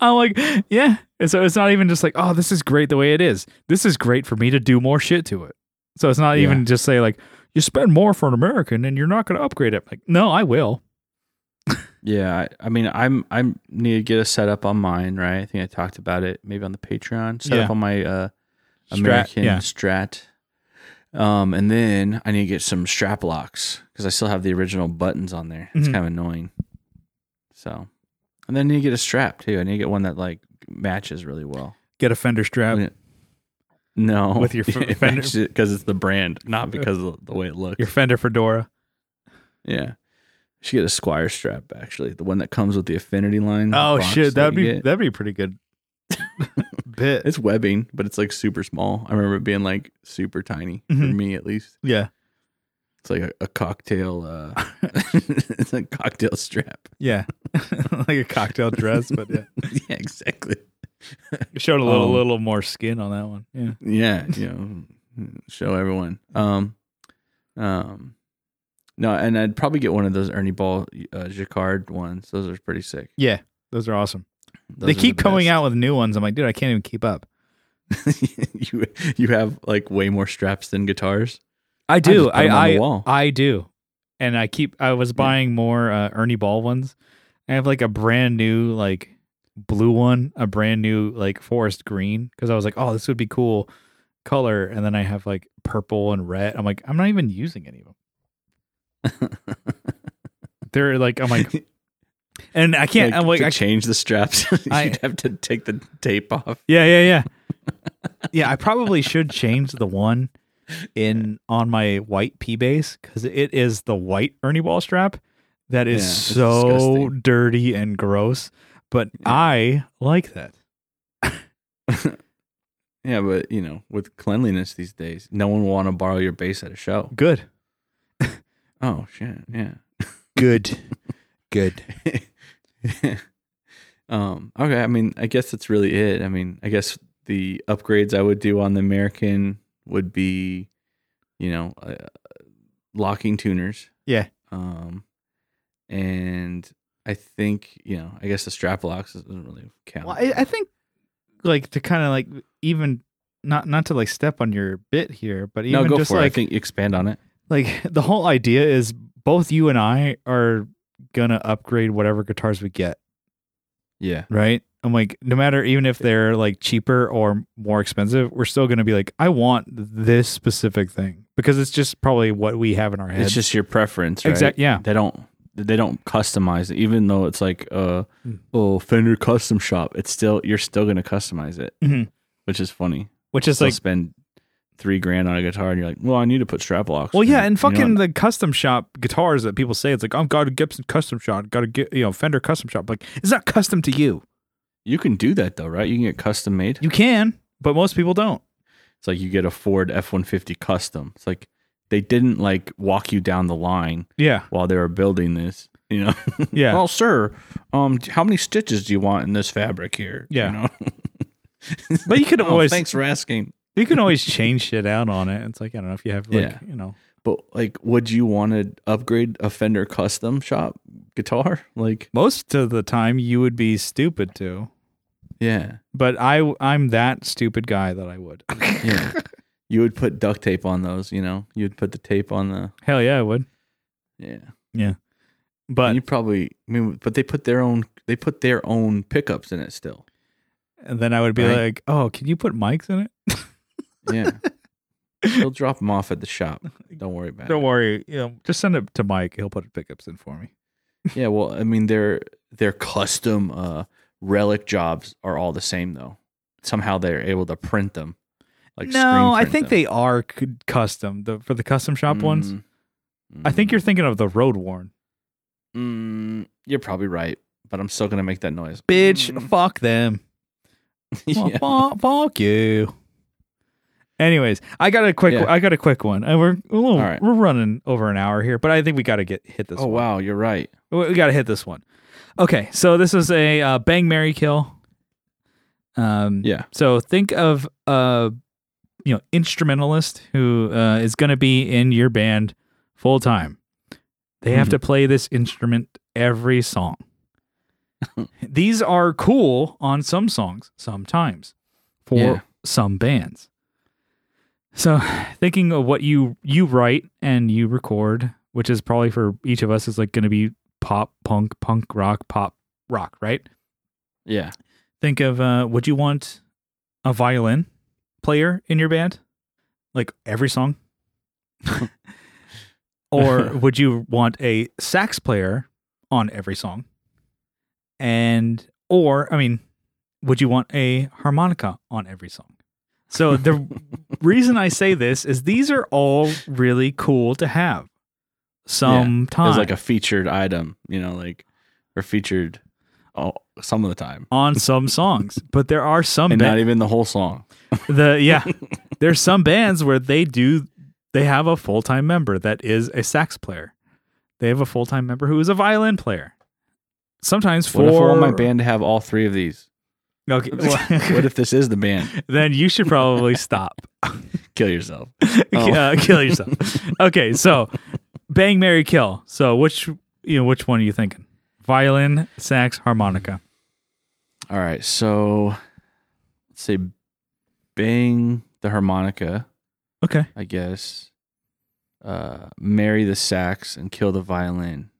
Speaker 1: I'm like, yeah. And so it's not even just like, oh, this is great the way it is. This is great for me to do more shit to it. So it's not
Speaker 2: Yeah.
Speaker 1: even just say like, you spend more for an American and you're not going to upgrade it. Like, no, I will.
Speaker 2: yeah. I, I mean, I'm I'm need to get a setup on mine, right? I think I talked about it maybe on the Patreon. Set
Speaker 1: Yeah.
Speaker 2: up on my uh,
Speaker 1: Strat,
Speaker 2: American
Speaker 1: yeah.
Speaker 2: Strat. Um, and then I need to get some strap locks because I still have the original buttons on there. It's
Speaker 1: Mhm.
Speaker 2: kind of annoying. So, and then I need to get a strap too. I need to get one that like matches really well.
Speaker 1: Get a fender strap.
Speaker 2: Yeah. No,
Speaker 1: With
Speaker 2: [LAUGHS]
Speaker 1: your f- fender- Uh,
Speaker 2: because it's the brand, not because of the way it looks.
Speaker 1: Your Fender fedora.
Speaker 2: Yeah. She get a Squire strap actually, the one that comes with the affinity line.
Speaker 1: Oh
Speaker 2: box
Speaker 1: shit, that'd
Speaker 2: you
Speaker 1: be
Speaker 2: get.
Speaker 1: that'd be pretty [LAUGHS] good. Bit.
Speaker 2: it's webbing, but it's like super small. I remember it being like super tiny for
Speaker 1: Mhm.
Speaker 2: me at least.
Speaker 1: yeah,
Speaker 2: It's like a, a cocktail. Uh, [LAUGHS] it's a cocktail strap. [LAUGHS]
Speaker 1: [LAUGHS] yeah, like a cocktail dress, but yeah,
Speaker 2: yeah, exactly.
Speaker 1: it [LAUGHS] showed a little
Speaker 2: Um,
Speaker 1: little more skin on that one. Yeah,
Speaker 2: Yeah, you know, show everyone. Um, um, no, and I'd probably get one of those Ernie Ball uh, Jacquard ones. Those are pretty sick.
Speaker 1: yeah, those are awesome.
Speaker 2: Those
Speaker 1: they
Speaker 2: are the
Speaker 1: keep coming
Speaker 2: best.
Speaker 1: out with new ones. I'm like, dude, I can't even keep up.
Speaker 2: [LAUGHS] you you have like way more straps than guitars.
Speaker 1: I
Speaker 2: just
Speaker 1: do.
Speaker 2: put 'em on
Speaker 1: I
Speaker 2: the
Speaker 1: I,
Speaker 2: wall.
Speaker 1: I do. And I keep. I was buying more uh, Ernie Ball ones. I have like a brand new like blue one, a brand new like forest green because I was like, oh, this would be cool color. And then I have like purple and red. I'm like, I'm not even using any of them. [LAUGHS] They're like, I'm
Speaker 2: [LAUGHS]
Speaker 1: like, and I can't. I'm like,
Speaker 2: to
Speaker 1: I,
Speaker 2: change the straps. [LAUGHS] You'd
Speaker 1: I-
Speaker 2: have to take the tape off.
Speaker 1: yeah, yeah, yeah, yeah. I probably should change the one in on my white P base because it is the white Ernie Ball strap that is
Speaker 2: Yeah, it's
Speaker 1: so
Speaker 2: disgusting.
Speaker 1: dirty and gross. But I like that.
Speaker 2: Yeah, but you know, with cleanliness these days, no one will want to borrow your bass at a show.
Speaker 1: Good,
Speaker 2: Oh shit, yeah.
Speaker 1: good, good.
Speaker 2: [LAUGHS] um, okay, I mean, I guess that's really it. I mean, I guess the upgrades I would do on the American would be, you know, uh, locking tuners.
Speaker 1: Yeah.
Speaker 2: Um, and I think you know, I guess the strap locks doesn't really count.
Speaker 1: Well, I, I think like to kind of like even not not to like step on your bit here, but even
Speaker 2: no, go
Speaker 1: just
Speaker 2: for it. I
Speaker 1: like
Speaker 2: think expand on it.
Speaker 1: like the whole idea is both you and I are gonna upgrade whatever guitars we get.
Speaker 2: Yeah.
Speaker 1: right? I'm like, no matter even if they're like cheaper or more expensive, we're still gonna be like, I want this specific thing because it's just probably what we have in our head.
Speaker 2: It's just your preference, right?
Speaker 1: exact, yeah,
Speaker 2: They don't they don't customize it, even though it's like uh
Speaker 1: Mm.
Speaker 2: oh Fender custom shop. It's still you're still gonna customize it,
Speaker 1: Mhm.
Speaker 2: which is funny.
Speaker 1: which is
Speaker 2: Still
Speaker 1: like,
Speaker 2: spend three grand on a guitar, and you're like, well, I need to put strap locks.
Speaker 1: well,
Speaker 2: in
Speaker 1: yeah,
Speaker 2: it."
Speaker 1: and
Speaker 2: You know,
Speaker 1: fucking the custom shop guitars that people say it's like, "Oh, I've got a Gibson custom shop, got to get you know Fender custom shop. Like, it's not custom to you.
Speaker 2: you can do that though, right? You can get custom made.
Speaker 1: You can, but most people don't.
Speaker 2: It's like you get a Ford F one fifty custom. It's like they didn't like walk you down the line [LAUGHS]
Speaker 1: Yeah,
Speaker 2: while they were building this. You know, [LAUGHS]
Speaker 1: yeah.
Speaker 2: well, sir, um, how many stitches do you want in this fabric here?
Speaker 1: Yeah.
Speaker 2: you know? [LAUGHS]
Speaker 1: but you can
Speaker 2: Oh,
Speaker 1: always
Speaker 2: thanks for asking.
Speaker 1: you can
Speaker 2: [LAUGHS]
Speaker 1: always change shit out on it. It's like I don't know if you have like
Speaker 2: Yeah.
Speaker 1: you know
Speaker 2: But like, would you want to upgrade a Fender custom shop guitar? [LAUGHS] Like,
Speaker 1: Most of the time, you would be stupid to,
Speaker 2: yeah,
Speaker 1: but I I'm that stupid guy that I would.
Speaker 2: yeah. [LAUGHS] you would put duct tape on those. You know, you'd put the tape on the
Speaker 1: Hell yeah, I would.
Speaker 2: yeah.
Speaker 1: But
Speaker 2: And you probably, I mean, but they put their own they put their own pickups in it still.
Speaker 1: and then I would be
Speaker 2: Right.
Speaker 1: like, oh, can you put mics in it? [LAUGHS]
Speaker 2: Yeah, they'll drop them off at the shop. Don't worry about
Speaker 1: Don't
Speaker 2: it.
Speaker 1: worry, you know, just send it to Mike. He'll put pickups in for me.
Speaker 2: Yeah, well, I mean, their their custom uh, relic jobs are all the same though. Somehow they're able to print them. Like
Speaker 1: no,
Speaker 2: screen
Speaker 1: I
Speaker 2: print
Speaker 1: think
Speaker 2: them.
Speaker 1: they are c- custom the, for the custom shop ones.
Speaker 2: Mm,
Speaker 1: I think
Speaker 2: mm.
Speaker 1: you're thinking of the road worn.
Speaker 2: Mm, you're probably right, but I'm still gonna make that noise. [LAUGHS] Mm.
Speaker 1: fuck [LAUGHS] them.
Speaker 2: Yeah.
Speaker 1: Fuck, fuck you. Anyways, I got a quick.
Speaker 2: Yeah.
Speaker 1: I got a quick one. And we're a little,
Speaker 2: All right.
Speaker 1: we're running over an hour here, but I think we got to get hit this.
Speaker 2: Oh
Speaker 1: one.
Speaker 2: wow, you're right.
Speaker 1: We we gotta hit this one. Okay, so this is a uh, bang Mary kill. Um,
Speaker 2: Yeah.
Speaker 1: So think of a you know instrumentalist who uh, is going to be in your band full time. They have
Speaker 2: Mhm.
Speaker 1: to play this instrument every song. These are cool on some songs sometimes for
Speaker 2: Yeah.
Speaker 1: some bands. So thinking of what you you write and you record, which is probably for each of us is like going to be pop, punk, punk rock, pop rock, right?
Speaker 2: Yeah.
Speaker 1: Think of uh, would you want a violin player in your band, like every
Speaker 2: [LAUGHS]
Speaker 1: song, or would you want a sax player on every song, and or I mean, would you want a harmonica on every song? So
Speaker 2: [LAUGHS]
Speaker 1: the reason I say this is these are all really cool to have. Sometimes,
Speaker 2: It's like a featured item, you know, like or featured oh, some of the time.
Speaker 1: on some songs, but there are some
Speaker 2: And
Speaker 1: ba-
Speaker 2: not even the whole song.
Speaker 1: the yeah there's some bands where they do they have a full-time member that is a sax player they have a full-time member who is a violin player sometimes for
Speaker 2: What if I want my band to have all three
Speaker 1: [LAUGHS]
Speaker 2: of these? [LAUGHS]
Speaker 1: okay
Speaker 2: what if this is the band?
Speaker 1: [LAUGHS] then you should probably stop
Speaker 2: Kill yourself. [LAUGHS] Oh.
Speaker 1: uh, kill yourself okay so bang mary kill so which you know which one are you thinking violin sax harmonica
Speaker 2: All right, so let's say bang the harmonica,
Speaker 1: okay
Speaker 2: I guess. Uh marry the sax and kill the violin.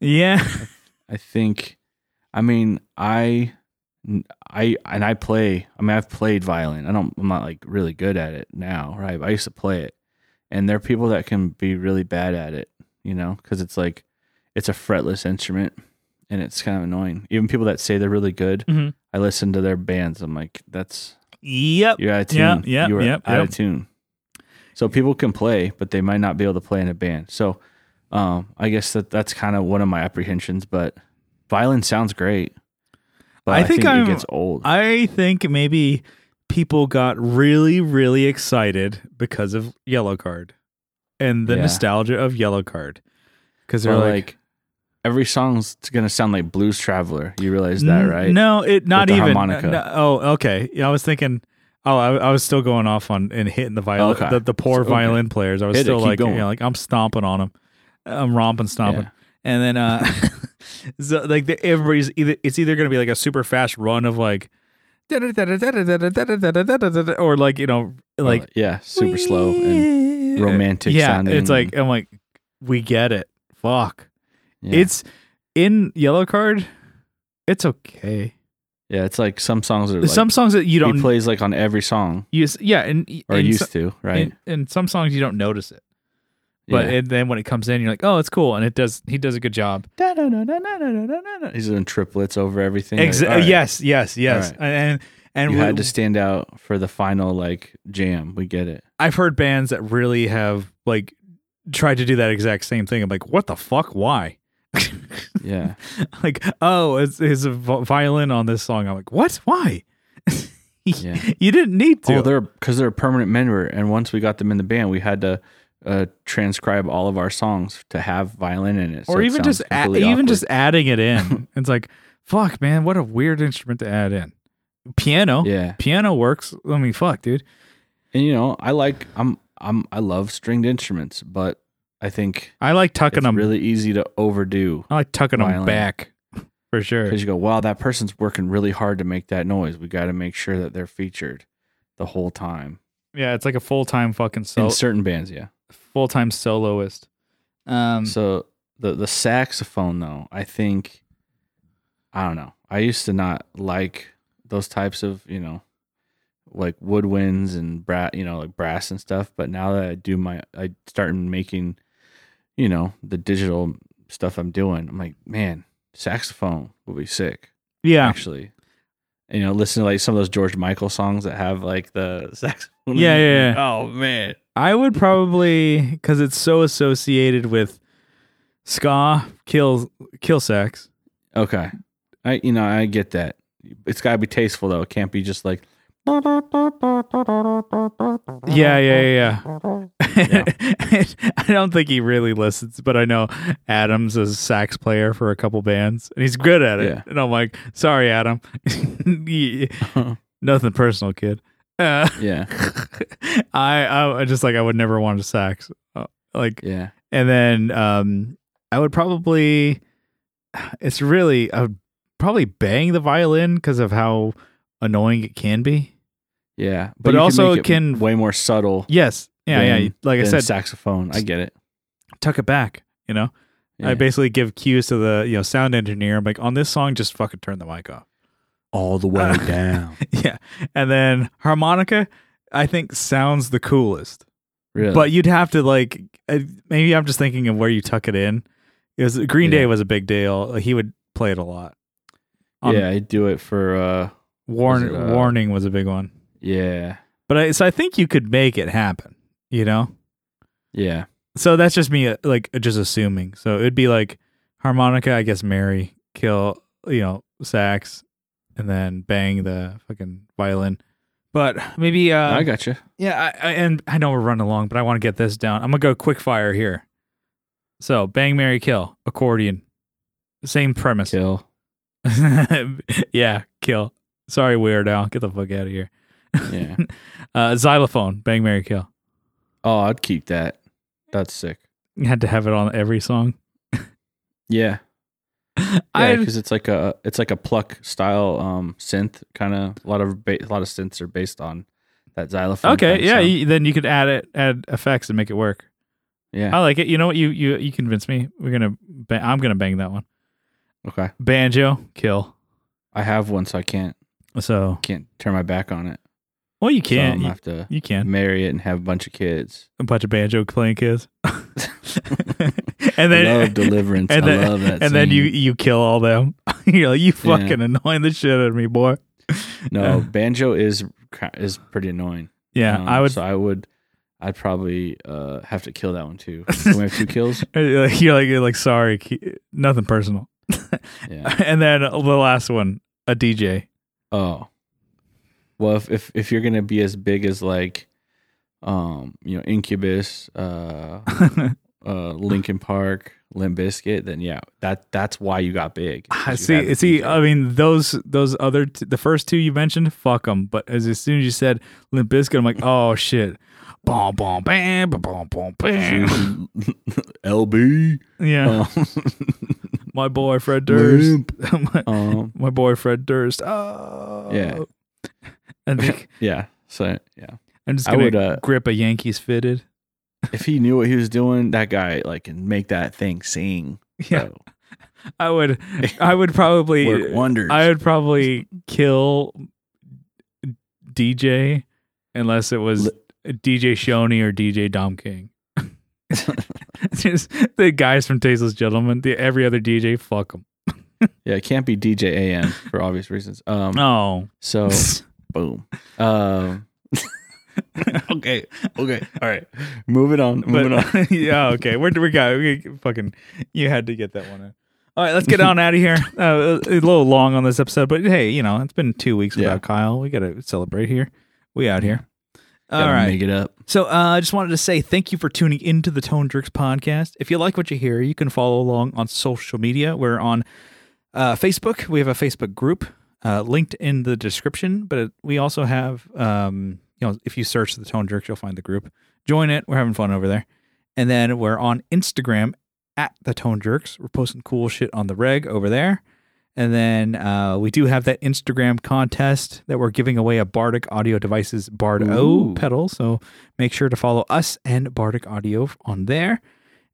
Speaker 1: yeah
Speaker 2: [LAUGHS] I think, I mean, I, I, and I play. I mean, I've played violin. I don't. I'm not like really good at it now, right? But I used to play it, and there are people that can be really bad at it, you know, because it's like, it's a fretless instrument, and it's kind of annoying. Even people that say they're really good,
Speaker 1: Mhm.
Speaker 2: I listen to their bands. I'm like, that's
Speaker 1: yep
Speaker 2: you're out of tune.
Speaker 1: Yeah, yeah,
Speaker 2: you are
Speaker 1: yep,
Speaker 2: out
Speaker 1: yep.
Speaker 2: of tune. So people can play, but they might not be able to play in a band. So um, I guess that that's kind of one of my apprehensions. But violin sounds great. But
Speaker 1: I
Speaker 2: I,
Speaker 1: think
Speaker 2: think,
Speaker 1: I'm-
Speaker 2: it gets old.
Speaker 1: I think maybe people got really, really excited because of Yellow Card and the
Speaker 2: Yeah.
Speaker 1: nostalgia of Yellow Card. Because
Speaker 2: But
Speaker 1: they're
Speaker 2: like,
Speaker 1: like,
Speaker 2: every song's gonna sound like Blues Traveler. You realize that,
Speaker 1: "N-
Speaker 2: right?
Speaker 1: No, it not
Speaker 2: the
Speaker 1: even.
Speaker 2: harmonica.
Speaker 1: no- oh, okay. Yeah, I was thinking. Oh, I, I was still going off on and hitting the violin,
Speaker 2: Okay.
Speaker 1: the, the poor
Speaker 2: Okay.
Speaker 1: violin players. I was
Speaker 2: Hit it,
Speaker 1: still
Speaker 2: keep
Speaker 1: like, you
Speaker 2: going.
Speaker 1: know, like I'm stomping on them. I'm romping, stomping.
Speaker 2: Yeah.
Speaker 1: And then, uh, [LAUGHS] so like the, everybody's either it's either gonna be like a super fast run of like, [LAUGHS] or like you know like
Speaker 2: Like yeah, super slow
Speaker 1: [LAUGHS]
Speaker 2: and romantic
Speaker 1: Yeah,
Speaker 2: sounding.
Speaker 1: it's like I'm like, we get it. Fuck,
Speaker 2: yeah.
Speaker 1: it's in yellow card. It's okay.
Speaker 2: yeah, it's like some songs are like,
Speaker 1: some songs that you
Speaker 2: he
Speaker 1: don't
Speaker 2: plays like on every song
Speaker 1: use. Yeah, and
Speaker 2: or
Speaker 1: and
Speaker 2: used
Speaker 1: so-
Speaker 2: to, right?
Speaker 1: and- and some songs you don't notice it, but and then when it comes in, you're like, oh, it's cool, and it does. He does a good job.
Speaker 2: Da-da-da-da-da-da-da-da-da. He's doing triplets over everything. Like,
Speaker 1: Exa- uh,
Speaker 2: all right,
Speaker 1: Yes, yes, yes.
Speaker 2: All
Speaker 1: And and
Speaker 2: you
Speaker 1: we-
Speaker 2: had to stand out for the final like jam. We get it.
Speaker 1: I've heard bands that really have like tried to do that exact same thing. I'm like, what the fuck? Why? [LAUGHS]
Speaker 2: Yeah,
Speaker 1: like, oh, it's, it's a vi- violin on this song. I'm like, what? Why?
Speaker 2: yeah.
Speaker 1: You didn't need to.
Speaker 2: Oh, they're because they're a permanent member, and once we got them in the band, we had to uh, transcribe all of our songs to have violin in it, so
Speaker 1: or
Speaker 2: it
Speaker 1: even
Speaker 2: sounds
Speaker 1: just a-
Speaker 2: completely
Speaker 1: even
Speaker 2: awkward.
Speaker 1: just adding it
Speaker 2: [LAUGHS]
Speaker 1: in. it's like, fuck, man, what a weird instrument to add in. Piano,
Speaker 2: yeah.
Speaker 1: piano works. I mean, fuck, dude.
Speaker 2: And you know, I like I'm I'm I love stringed instruments, but I think
Speaker 1: I like tucking
Speaker 2: it's
Speaker 1: them.
Speaker 2: really easy to overdo
Speaker 1: I like tucking them
Speaker 2: violent.
Speaker 1: back for sure.
Speaker 2: because you go, wow, that person's working really hard to make that noise. We got to make sure that they're featured the whole time.
Speaker 1: Yeah, it's like a full time fucking sol-
Speaker 2: In certain bands, yeah.
Speaker 1: full time soloist. Um,
Speaker 2: So the the saxophone though, I think I don't know. I used to not like those types of, you know, like woodwinds and brass, you know, like brass and stuff, but now that I do my I start making you know, the digital stuff I'm doing, I'm like, man, saxophone would be sick
Speaker 1: yeah,
Speaker 2: actually. And, you know, listen to like some of those George Michael songs that have like the [LAUGHS] saxophone.
Speaker 1: Yeah, yeah, yeah.
Speaker 2: Oh man.
Speaker 1: I would probably because it's so associated with ska, kill, kill sex.
Speaker 2: Okay. I you know, I get that. It's gotta be tasteful though. It can't be just like Uh-huh,
Speaker 1: Yeah, yeah, yeah. yeah. [LAUGHS] I don't think he really listens, but I know Adam's a sax player for a couple bands, and he's good at it.
Speaker 2: Yeah.
Speaker 1: And I'm like, sorry, Adam, [LAUGHS]
Speaker 2: [LAUGHS]
Speaker 1: Yeah, nothing personal, kid. Uh, [LAUGHS]
Speaker 2: Yeah.
Speaker 1: I, I I just like I would never want a sax, uh, like,
Speaker 2: Yeah.
Speaker 1: and then um, I would probably, it's really I would probably bang the violin because of how annoying it can be.
Speaker 2: Yeah.
Speaker 1: But
Speaker 2: you
Speaker 1: also
Speaker 2: make
Speaker 1: it can-
Speaker 2: way more subtle
Speaker 1: Yes, yeah,
Speaker 2: Then-
Speaker 1: yeah. Like I
Speaker 2: than
Speaker 1: said,
Speaker 2: saxophone. I get it.
Speaker 1: tuck it back. You know.
Speaker 2: Yeah.
Speaker 1: I basically give cues to the you know sound engineer. I'm like, on this song, just fucking turn the mic off. [LAUGHS]
Speaker 2: all the way down.
Speaker 1: yeah, and then harmonica, I think sounds the coolest.
Speaker 2: Really?
Speaker 1: But you'd have to like, uh, maybe I'm just thinking of where you tuck it in. It was Green
Speaker 2: Yeah.
Speaker 1: Day was a big deal. He would play it a lot. Um,
Speaker 2: yeah, I do it for uh
Speaker 1: Warn,
Speaker 2: Was it, uh,
Speaker 1: warning was a big one.
Speaker 2: yeah.
Speaker 1: But I, so I think you could make it happen. You know.
Speaker 2: Yeah.
Speaker 1: So that's just me, uh, like just assuming. So it'd be like harmonica, I guess, Mary, kill, you know, sax, and then bang the fucking violin. But maybe, uh,
Speaker 2: I got you.
Speaker 1: yeah, I, I, and I know we're running along, but I want to get this down. I'm gonna go quick fire here. So bang, Mary, kill, accordion, same premise.
Speaker 2: Kill.
Speaker 1: [LAUGHS] yeah, kill. Sorry, Weird Al, get the fuck out of here. [LAUGHS]
Speaker 2: Yeah.
Speaker 1: Uh, xylophone, bang, Mary, kill.
Speaker 2: oh, I'd keep that. That's sick.
Speaker 1: You had to have it on every song. [LAUGHS]
Speaker 2: Yeah. Yeah,
Speaker 1: I
Speaker 2: because it's like a it's like a pluck style um synth kind of a lot of ba- a lot of synths are based on that xylophone.
Speaker 1: Okay,
Speaker 2: kinda
Speaker 1: yeah.
Speaker 2: sound.
Speaker 1: You, then you could add it, add effects, and make it work.
Speaker 2: yeah.
Speaker 1: I like it. You know what? You you you convinced me. We're gonna. Ba- I'm gonna bang that one.
Speaker 2: Okay,
Speaker 1: Banjo kill.
Speaker 2: I have one, so I can't
Speaker 1: So
Speaker 2: can't turn my back on it.
Speaker 1: well, you
Speaker 2: so I'm
Speaker 1: can.
Speaker 2: gonna
Speaker 1: You,
Speaker 2: have to
Speaker 1: you can
Speaker 2: marry it and have a bunch of kids.
Speaker 1: a bunch of banjo playing
Speaker 2: [LAUGHS]
Speaker 1: kids, and
Speaker 2: I
Speaker 1: then [LAUGHS]
Speaker 2: love Deliverance.
Speaker 1: and
Speaker 2: I
Speaker 1: then-
Speaker 2: love that.
Speaker 1: and then you
Speaker 2: scene.
Speaker 1: you kill all them. [LAUGHS] You're like you
Speaker 2: Yeah.
Speaker 1: fucking annoying the shit out of me, boy.
Speaker 2: no banjo is ki- is pretty annoying.
Speaker 1: Yeah,
Speaker 2: Um,
Speaker 1: I would.
Speaker 2: So I would. I'd probably uh, have to kill that
Speaker 1: [LAUGHS]
Speaker 2: one too. Can we have two kills?
Speaker 1: you're [LAUGHS] like you're like sorry, ki- nothing personal. [LAUGHS]
Speaker 2: Yeah.
Speaker 1: and then the last one, a [LAUGHS] DJ.
Speaker 2: Oh. Well, if if, if you're gonna be as big as like, um, you know, Incubus, uh, uh, Linkin Park, Limp Bizkit, then yeah, that that's why you got big.
Speaker 1: I
Speaker 2: 'cause you had
Speaker 1: see.
Speaker 2: the
Speaker 1: See,
Speaker 2: DJ.
Speaker 1: I mean, those those other t- the first two you mentioned, fuck them. But as, as soon as you said Limp Bizkit, I'm
Speaker 2: [LAUGHS]
Speaker 1: like, oh shit, bom bom bam, bom bom bom bam.
Speaker 2: [LAUGHS] LB,
Speaker 1: [LAUGHS] Yeah,
Speaker 2: Um,
Speaker 1: my boy Fred Durst.
Speaker 2: Limp.
Speaker 1: [LAUGHS] my,
Speaker 2: [LAUGHS] um,
Speaker 1: my boy Fred Durst. Oh,
Speaker 2: Yeah.
Speaker 1: I
Speaker 2: [LAUGHS]
Speaker 1: think
Speaker 2: yeah. So yeah,
Speaker 1: I'm just
Speaker 2: I
Speaker 1: gonna
Speaker 2: would, uh,
Speaker 1: grip a Yankees fitted. [LAUGHS]
Speaker 2: if he knew what he was doing, that guy like can make that thing sing.
Speaker 1: Yeah,
Speaker 2: So,
Speaker 1: I would. I would probably.
Speaker 2: uh,
Speaker 1: [LAUGHS]
Speaker 2: work wonders.
Speaker 1: I would probably kill DJ unless it was
Speaker 2: Li-
Speaker 1: DJ Shoney or DJ Dom
Speaker 2: [LAUGHS]
Speaker 1: King. [LAUGHS] Just the guys from Tasteless Gentlemen, the, every other DJ, fuck them.
Speaker 2: yeah, it can't be DJ AM for obvious reasons. Um,
Speaker 1: Oh,
Speaker 2: so
Speaker 1: [LAUGHS]
Speaker 2: boom. Um, okay, okay, all right. Moving on, moving on.
Speaker 1: but [LAUGHS] yeah, okay, we're we got we fucking. You had to get that one in. All right, let's get on out of
Speaker 2: [LAUGHS]
Speaker 1: here. Uh, a little long on this episode, but hey, you know it's been two weeks without
Speaker 2: Yeah.
Speaker 1: Kyle. We gotta celebrate here. We out here. All
Speaker 2: Gotta
Speaker 1: right.
Speaker 2: make it up.
Speaker 1: So uh, I just wanted to say thank you for tuning into the Tone Jerks podcast. If you like what you hear, you can follow along on social media. We're on uh, Facebook. We have a Facebook group uh, linked in the description, but it, we also have, um, you know, if you search the Tone Jerks, you'll find the group. Join it. We're having fun over there. And then we're on Instagram at the Tone Jerks. We're posting cool shit on the reg over there. And then uh, we do have that Instagram contest that we're giving away a Bardic Audio Devices Bard O
Speaker 2: Ooh.
Speaker 1: pedal. So make sure to follow us and Bardic Audio on there.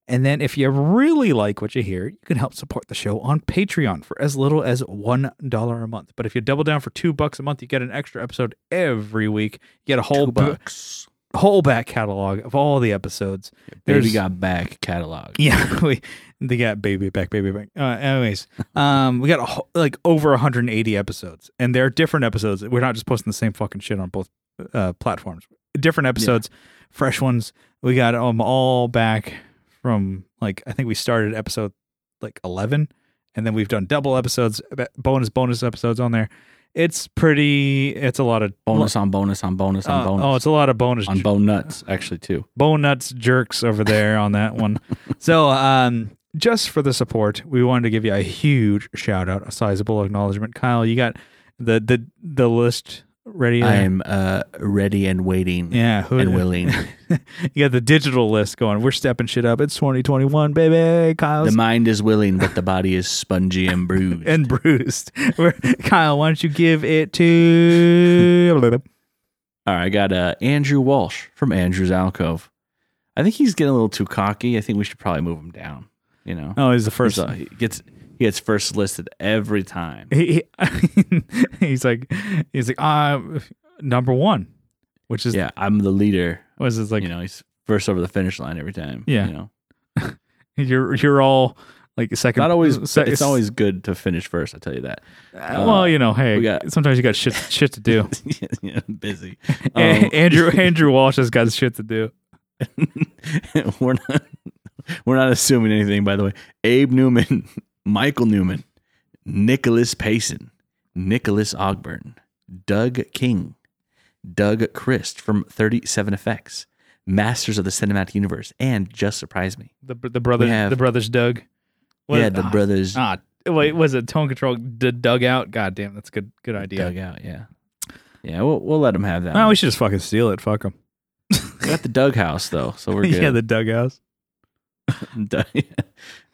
Speaker 1: And then if you really like what you hear, you can help support the show on Patreon for as little as $1 a month. But if you double down for 2 bucks a month, you get an extra episode every week. You get a whole
Speaker 2: Two
Speaker 1: bu-
Speaker 2: bucks.
Speaker 1: whole back catalog of all the episodes.
Speaker 2: Baby
Speaker 1: There's- E-
Speaker 2: got back catalog.
Speaker 1: [LAUGHS] Yeah, we they got baby back, baby back. Uh,
Speaker 2: [LAUGHS]
Speaker 1: anyways, um, we got a, whole- like over 180 episodes, and they're different episodes. We're not just posting the same fucking shit on both uh, platforms. Different episodes, fresh ones. We got them all back from like I think we started episode like 11, and then we've done double episodes, b- bonus bonus episodes on there. It's pretty. It's a lot of
Speaker 2: Bonus on bonus on bonus on
Speaker 1: uh,
Speaker 2: bonus.
Speaker 1: oh, it's a lot of bonus
Speaker 2: on bone nuts, actually, too.
Speaker 1: bone nuts jerks over there on that
Speaker 2: [LAUGHS]
Speaker 1: one. so, um, just for the support, we wanted to give you a huge shout out, a sizable acknowledgement. Kyle, you got the the the list ready? there?
Speaker 2: I'm uh, ready and waiting
Speaker 1: yeah, who, [LAUGHS]
Speaker 2: and willing.
Speaker 1: you got the digital list going. We're stepping shit up. It's 2021, baby. Kyle's
Speaker 2: the mind is willing, but the body is spongy and bruised.
Speaker 1: and bruised. [LAUGHS] We're, Kyle, why don't you give it to? [LAUGHS]
Speaker 2: All right, I got uh, Andrew Walsh from Andrew's Alcove. I think he's getting a little too cocky. I think we should probably move him down. You know,
Speaker 1: oh, he's the first.
Speaker 2: He's, uh, he gets he gets first listed every time.
Speaker 1: he, he- [LAUGHS] he's like he's like uh, number one, which is
Speaker 2: yeah, I'm the leader.
Speaker 1: was is like
Speaker 2: you know, he's first over the finish line every time.
Speaker 1: Yeah.
Speaker 2: you know,
Speaker 1: you're you're all like
Speaker 2: it's
Speaker 1: second.
Speaker 2: not always.
Speaker 1: se-
Speaker 2: It's always good to finish first. I tell you that.
Speaker 1: uh, well, you know, hey,
Speaker 2: we got-
Speaker 1: sometimes you got shit shit to do.
Speaker 2: [LAUGHS] yeah,
Speaker 1: [LAUGHS]
Speaker 2: I'm busy. Um,
Speaker 1: Andrew Andrew Walsh has got shit to do.
Speaker 2: [LAUGHS] we're not we're not assuming anything by the way abe newman [LAUGHS] michael newman nicholas payson nicholas ogburn doug king doug christ from 37 effects masters of the cinematic universe and just surprise me
Speaker 1: The the brothers
Speaker 2: have-
Speaker 1: the brothers Doug. What-
Speaker 2: yeah the
Speaker 1: ah,
Speaker 2: brothers
Speaker 1: Ah, wait, was it tone control d- dugout? God damn, that's a good good idea.
Speaker 2: dug out yeah yeah we'll, we'll let them have that
Speaker 1: No,
Speaker 2: one.
Speaker 1: we should just fucking steal it. Fuck them.
Speaker 2: we got the doug house though so we're
Speaker 1: [LAUGHS]
Speaker 2: good
Speaker 1: yeah, the dugouts.
Speaker 2: [LAUGHS] Doug-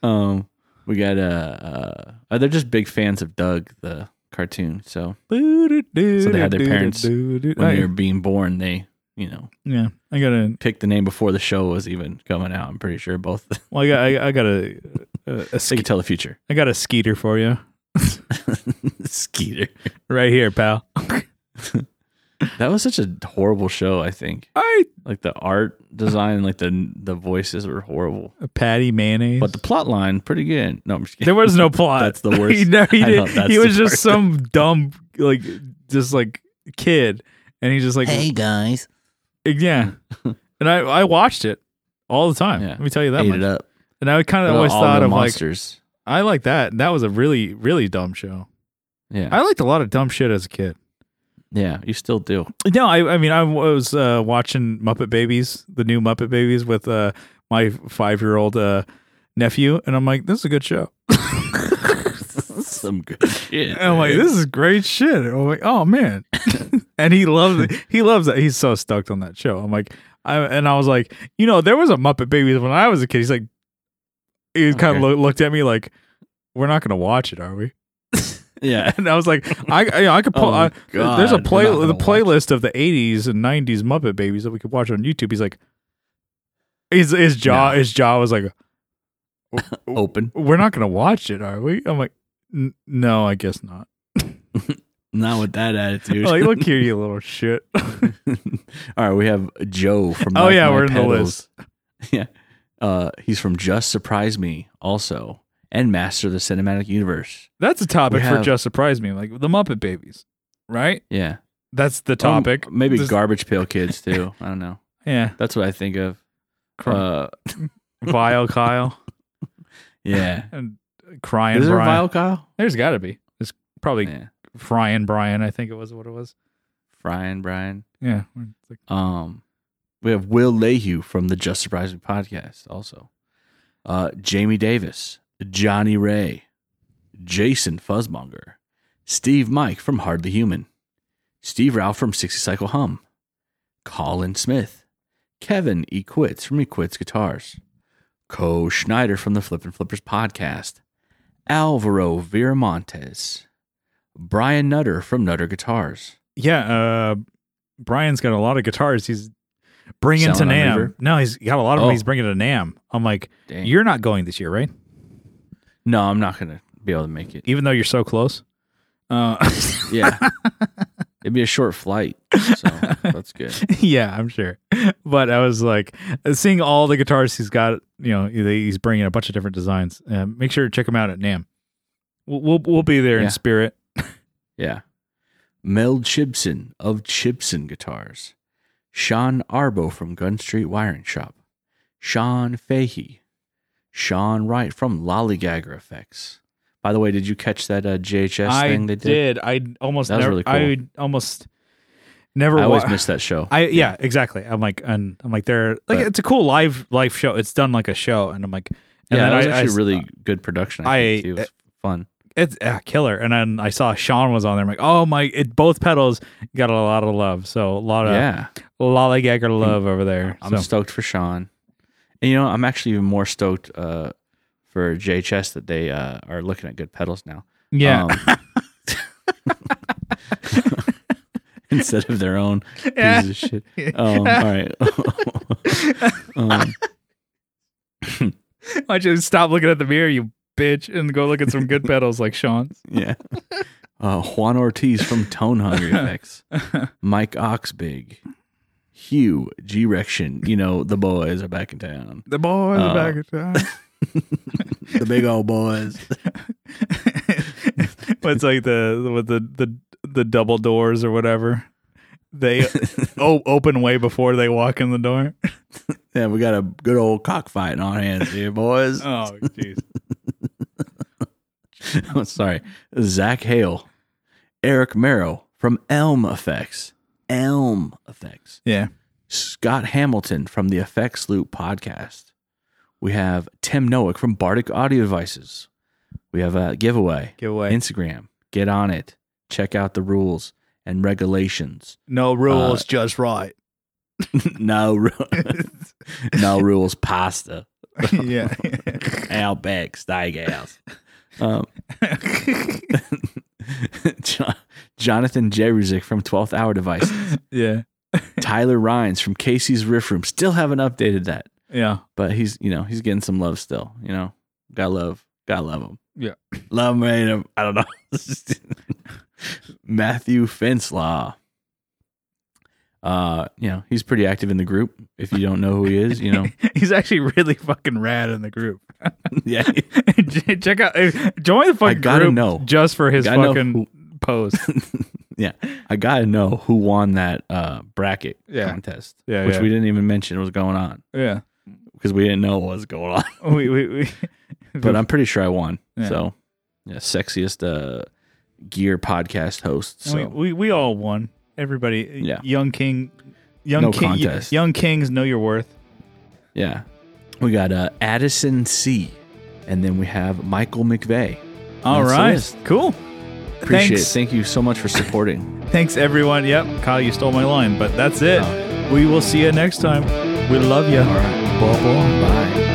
Speaker 2: um, we got uh, uh, oh, they're just big fans of Doug the cartoon. So
Speaker 1: So
Speaker 2: they had their parents when they were being born, they you know
Speaker 1: Yeah, I gotta.
Speaker 2: picked the name before the show was even coming out. I'm pretty sure both [LAUGHS]
Speaker 1: Well, I got. I, I got a. a, a
Speaker 2: they
Speaker 1: ske-
Speaker 2: could tell the future. [LAUGHS]
Speaker 1: I got a skeeter for you
Speaker 2: Skeeter,
Speaker 1: right here, pal.
Speaker 2: that was such a horrible show. I think
Speaker 1: I
Speaker 2: like the art design, like the the voices were horrible,
Speaker 1: Patty mayonnaise.
Speaker 2: but the plot line pretty good. No, I'm just kidding.
Speaker 1: There was [LAUGHS] no plot.
Speaker 2: That's the worst.
Speaker 1: he no, he,
Speaker 2: I know,
Speaker 1: did,
Speaker 2: that's
Speaker 1: he
Speaker 2: the
Speaker 1: was just
Speaker 2: part.
Speaker 1: some dumb, like, just like kid, and he's just like, e,
Speaker 2: guys,
Speaker 1: [LAUGHS] yeah. And I, I watched it all the time.
Speaker 2: Yeah.
Speaker 1: Let me tell you that
Speaker 2: ate
Speaker 1: much.
Speaker 2: it up.
Speaker 1: And I kind of
Speaker 2: What about
Speaker 1: always
Speaker 2: all
Speaker 1: thought
Speaker 2: the
Speaker 1: of
Speaker 2: monsters.
Speaker 1: like, I like that. That was a really, really dumb show.
Speaker 2: yeah,
Speaker 1: I liked a lot of dumb shit as a kid.
Speaker 2: yeah, you
Speaker 1: [LAUGHS]
Speaker 2: still do.
Speaker 1: No, I, I mean, I was uh, watching Muppet Babies, the new Muppet Babies, with uh, my five year old uh, nephew, and I'm like, this is a good show.
Speaker 2: Some good shit.
Speaker 1: And I'm like,
Speaker 2: dude.
Speaker 1: this is great shit. And I'm like, oh man. [LAUGHS] and he
Speaker 2: [LAUGHS]
Speaker 1: loves it. He loves that. He's so stoked on that show. I'm like, I and I was like, you know, there was a Muppet Babies when I was a kid. He's like, he kind
Speaker 2: Okay.
Speaker 1: of lo- looked at me like, we're not gonna watch it, are we? [LAUGHS]
Speaker 2: yeah.
Speaker 1: And I was like, I I, you know, I
Speaker 2: [LAUGHS]
Speaker 1: could pull.
Speaker 2: Oh,
Speaker 1: I,
Speaker 2: God,
Speaker 1: there's a
Speaker 2: we're
Speaker 1: play
Speaker 2: not gonna
Speaker 1: the
Speaker 2: watch
Speaker 1: playlist of the 80s and 90s Muppet Babies that we could watch on YouTube. He's like, his his jaw
Speaker 2: No.
Speaker 1: his jaw was like,
Speaker 2: [LAUGHS] Open.
Speaker 1: we're not gonna watch it, are we? I'm like, "N- no, I guess not.
Speaker 2: Not with that attitude.
Speaker 1: like, look here, you little shit.
Speaker 2: [LAUGHS]
Speaker 1: [LAUGHS]
Speaker 2: All right, we have Joe from.
Speaker 1: Oh,
Speaker 2: Like
Speaker 1: yeah,
Speaker 2: My
Speaker 1: we're in the
Speaker 2: Pedals. [LAUGHS] yeah, uh, he's from Just Surprise Me also, and Master of the Cinematic Universe.
Speaker 1: That's a topic
Speaker 2: We
Speaker 1: for
Speaker 2: have-
Speaker 1: just surprise me, like the Muppet Babies, right?
Speaker 2: Yeah,
Speaker 1: That's the topic.
Speaker 2: Um, maybe
Speaker 1: This-
Speaker 2: Garbage Pail
Speaker 1: [LAUGHS]
Speaker 2: Kids too. I don't know.
Speaker 1: yeah,
Speaker 2: That's what I think of.
Speaker 1: crying.
Speaker 2: Uh, [LAUGHS]
Speaker 1: vile Kyle
Speaker 2: yeah,
Speaker 1: and crying
Speaker 2: is there a
Speaker 1: Brian.
Speaker 2: Vile Kyle?
Speaker 1: There's got to be. There's probably
Speaker 2: Yeah,
Speaker 1: crying Brian. I think it was what it was.
Speaker 2: Brian, Brian.
Speaker 1: Yeah, It's like-
Speaker 2: Um, we have Will Lehue from the Just Surprise Me podcast, also. Uh, Jamie Davis, Johnny Ray, Jason Fuzzmonger, Steve Mike from Hardly Human, Steve Rao from 60 Cycle Hum, Colin Smith, Kevin E. Quits from E. Quits Guitars, Co. Schneider from the Flippin' Flippers podcast, Alvaro Viramontes, Brian Nutter from Nutter Guitars.
Speaker 1: Yeah, uh, Brian's got a lot of guitars. He's bringing to
Speaker 2: Selling on
Speaker 1: Nam.
Speaker 2: Reverb?
Speaker 1: No, he's got a lot of them.
Speaker 2: Oh.
Speaker 1: He's bringing to Nam. I'm like,
Speaker 2: Dang.
Speaker 1: you're not going this year, right?
Speaker 2: no, I'm not going to be able to make it.
Speaker 1: Even though you're so close. Uh, [LAUGHS]
Speaker 2: Yeah. It'd be a short flight. So that's good.
Speaker 1: [LAUGHS] yeah, I'm sure. But I was like, uh, seeing all the guitars he's got. You know, they- he's bringing a bunch of different designs. Uh, make sure to check him out at Nam. We'll we'll, we'll be there
Speaker 2: Yeah.
Speaker 1: in spirit.
Speaker 2: Yeah. Mel Chibson of Chibson Guitars. Sean Arbo from Gun Street Wiring Shop. Sean Fahey. Sean Wright from Lollygagger Effects. By the way, did you catch that uh, JHS
Speaker 1: I
Speaker 2: thing they
Speaker 1: did.
Speaker 2: did?
Speaker 1: I almost
Speaker 2: That was
Speaker 1: never.
Speaker 2: really cool.
Speaker 1: I almost never.
Speaker 2: I always
Speaker 1: wa-
Speaker 2: miss that show.
Speaker 1: [LAUGHS] I yeah, exactly. I'm like and I'm like they're like
Speaker 2: But-
Speaker 1: it's a cool live live show. It's done like a show, and I'm like and then
Speaker 2: yeah, that was
Speaker 1: I- I
Speaker 2: actually
Speaker 1: s-
Speaker 2: really good production. I, think,
Speaker 1: I- eh,
Speaker 2: too. it was fun.
Speaker 1: it's ah, killer. And then I saw Sean was on there. I'm like, oh my! It both pedals got a lot of love. So a lot of
Speaker 2: yeah, Mm.
Speaker 1: lollygagger love over there.
Speaker 2: I'm
Speaker 1: so
Speaker 2: stoked for Sean. And you know, I'm actually even more stoked uh, for JHS that they uh, are looking at good pedals now.
Speaker 1: yeah, [LAUGHS]
Speaker 2: Um, [LAUGHS] instead of their own
Speaker 1: [LAUGHS] Yeah.
Speaker 2: pieces of shit. Um, all right. [LAUGHS] um,
Speaker 1: why don't you stop looking at the mirror, you bitch, and go look at some [LAUGHS] good pedals like Sean's.
Speaker 2: yeah. Uh, Juan Ortiz from Tone
Speaker 1: [LAUGHS]
Speaker 2: Hungry Effects. Mike Oxbig. Hugh G Rection. You know, the boys are back in town.
Speaker 1: The boys
Speaker 2: Uh,
Speaker 1: back in [LAUGHS] town.
Speaker 2: The big old boys.
Speaker 1: but it's like the with the the the double doors or whatever. [LAUGHS] They oh open way before they walk in the door.
Speaker 2: yeah, we got a good old cockfight on hands here,
Speaker 1: [LAUGHS]
Speaker 2: boys. [LAUGHS]
Speaker 1: Oh jeez.
Speaker 2: I'm sorry. Zach Hale, Eric Merrow from Elm Effects. Elm Effects.
Speaker 1: Yeah.
Speaker 2: Scott Hamilton from the Effects Loop podcast. We have Tim Nowick from Bardic Audio Devices. We have a giveaway.
Speaker 1: Giveaway.
Speaker 2: Instagram. Get on it. Check out the rules and regulations. [LAUGHS]
Speaker 1: no
Speaker 2: rules,
Speaker 1: just
Speaker 2: [LAUGHS]
Speaker 1: right. [LAUGHS]
Speaker 2: no, ru- [LAUGHS] no rules. Pasta.
Speaker 1: yeah.
Speaker 2: Outback Steakhouse. Um, [LAUGHS] Jo- Jonathan Jeruzik from 12th
Speaker 1: [LAUGHS]
Speaker 2: Hour Device.
Speaker 1: [LAUGHS] yeah.
Speaker 2: Tyler Rhines from Casey's Riff Room. Still haven't updated that,
Speaker 1: Yeah.
Speaker 2: but he's, you know, he's getting some love still, you know. Gotta love, gotta love him.
Speaker 1: Yeah.
Speaker 2: [CLEARS THROAT] Love him, hate him. I don't know. [LAUGHS] Matthew Fenslaw. Uh, you know, he's pretty active in the group. If you don't know who he is,
Speaker 1: [LAUGHS]
Speaker 2: you know,
Speaker 1: He's actually really fucking rad in the group. [LAUGHS]
Speaker 2: yeah,
Speaker 1: Check out eh, join the fucking
Speaker 2: gotta
Speaker 1: group
Speaker 2: know.
Speaker 1: just for his
Speaker 2: Gotta know
Speaker 1: fucking
Speaker 2: who-
Speaker 1: post.
Speaker 2: yeah. [LAUGHS] I gotta know who won that uh bracket
Speaker 1: Yeah.
Speaker 2: contest,
Speaker 1: Yeah,
Speaker 2: which
Speaker 1: yeah.
Speaker 2: we didn't even mention was going on
Speaker 1: yeah.
Speaker 2: because we didn't know what was going
Speaker 1: [LAUGHS]
Speaker 2: on.
Speaker 1: We we, we
Speaker 2: but I'm pretty sure I won.
Speaker 1: Yeah.
Speaker 2: So, yeah, sexiest uh, gear podcast host. So,
Speaker 1: we, we we all won. Everybody
Speaker 2: Yeah.
Speaker 1: young king young
Speaker 2: No
Speaker 1: king
Speaker 2: contest.
Speaker 1: young kings know your worth.
Speaker 2: yeah, we got uh, Addison C, and then we have Michael McVeigh.
Speaker 1: All
Speaker 2: That's the
Speaker 1: right.
Speaker 2: list.
Speaker 1: Cool.
Speaker 2: Appreciate
Speaker 1: Thanks.
Speaker 2: it. Thank you so much for supporting.
Speaker 1: Thanks everyone. Yep, Kyle, you stole my line, but that's it.
Speaker 2: Oh.
Speaker 1: We will see you next time. We love you.
Speaker 2: All right.
Speaker 1: Bye bye.
Speaker 2: Bye.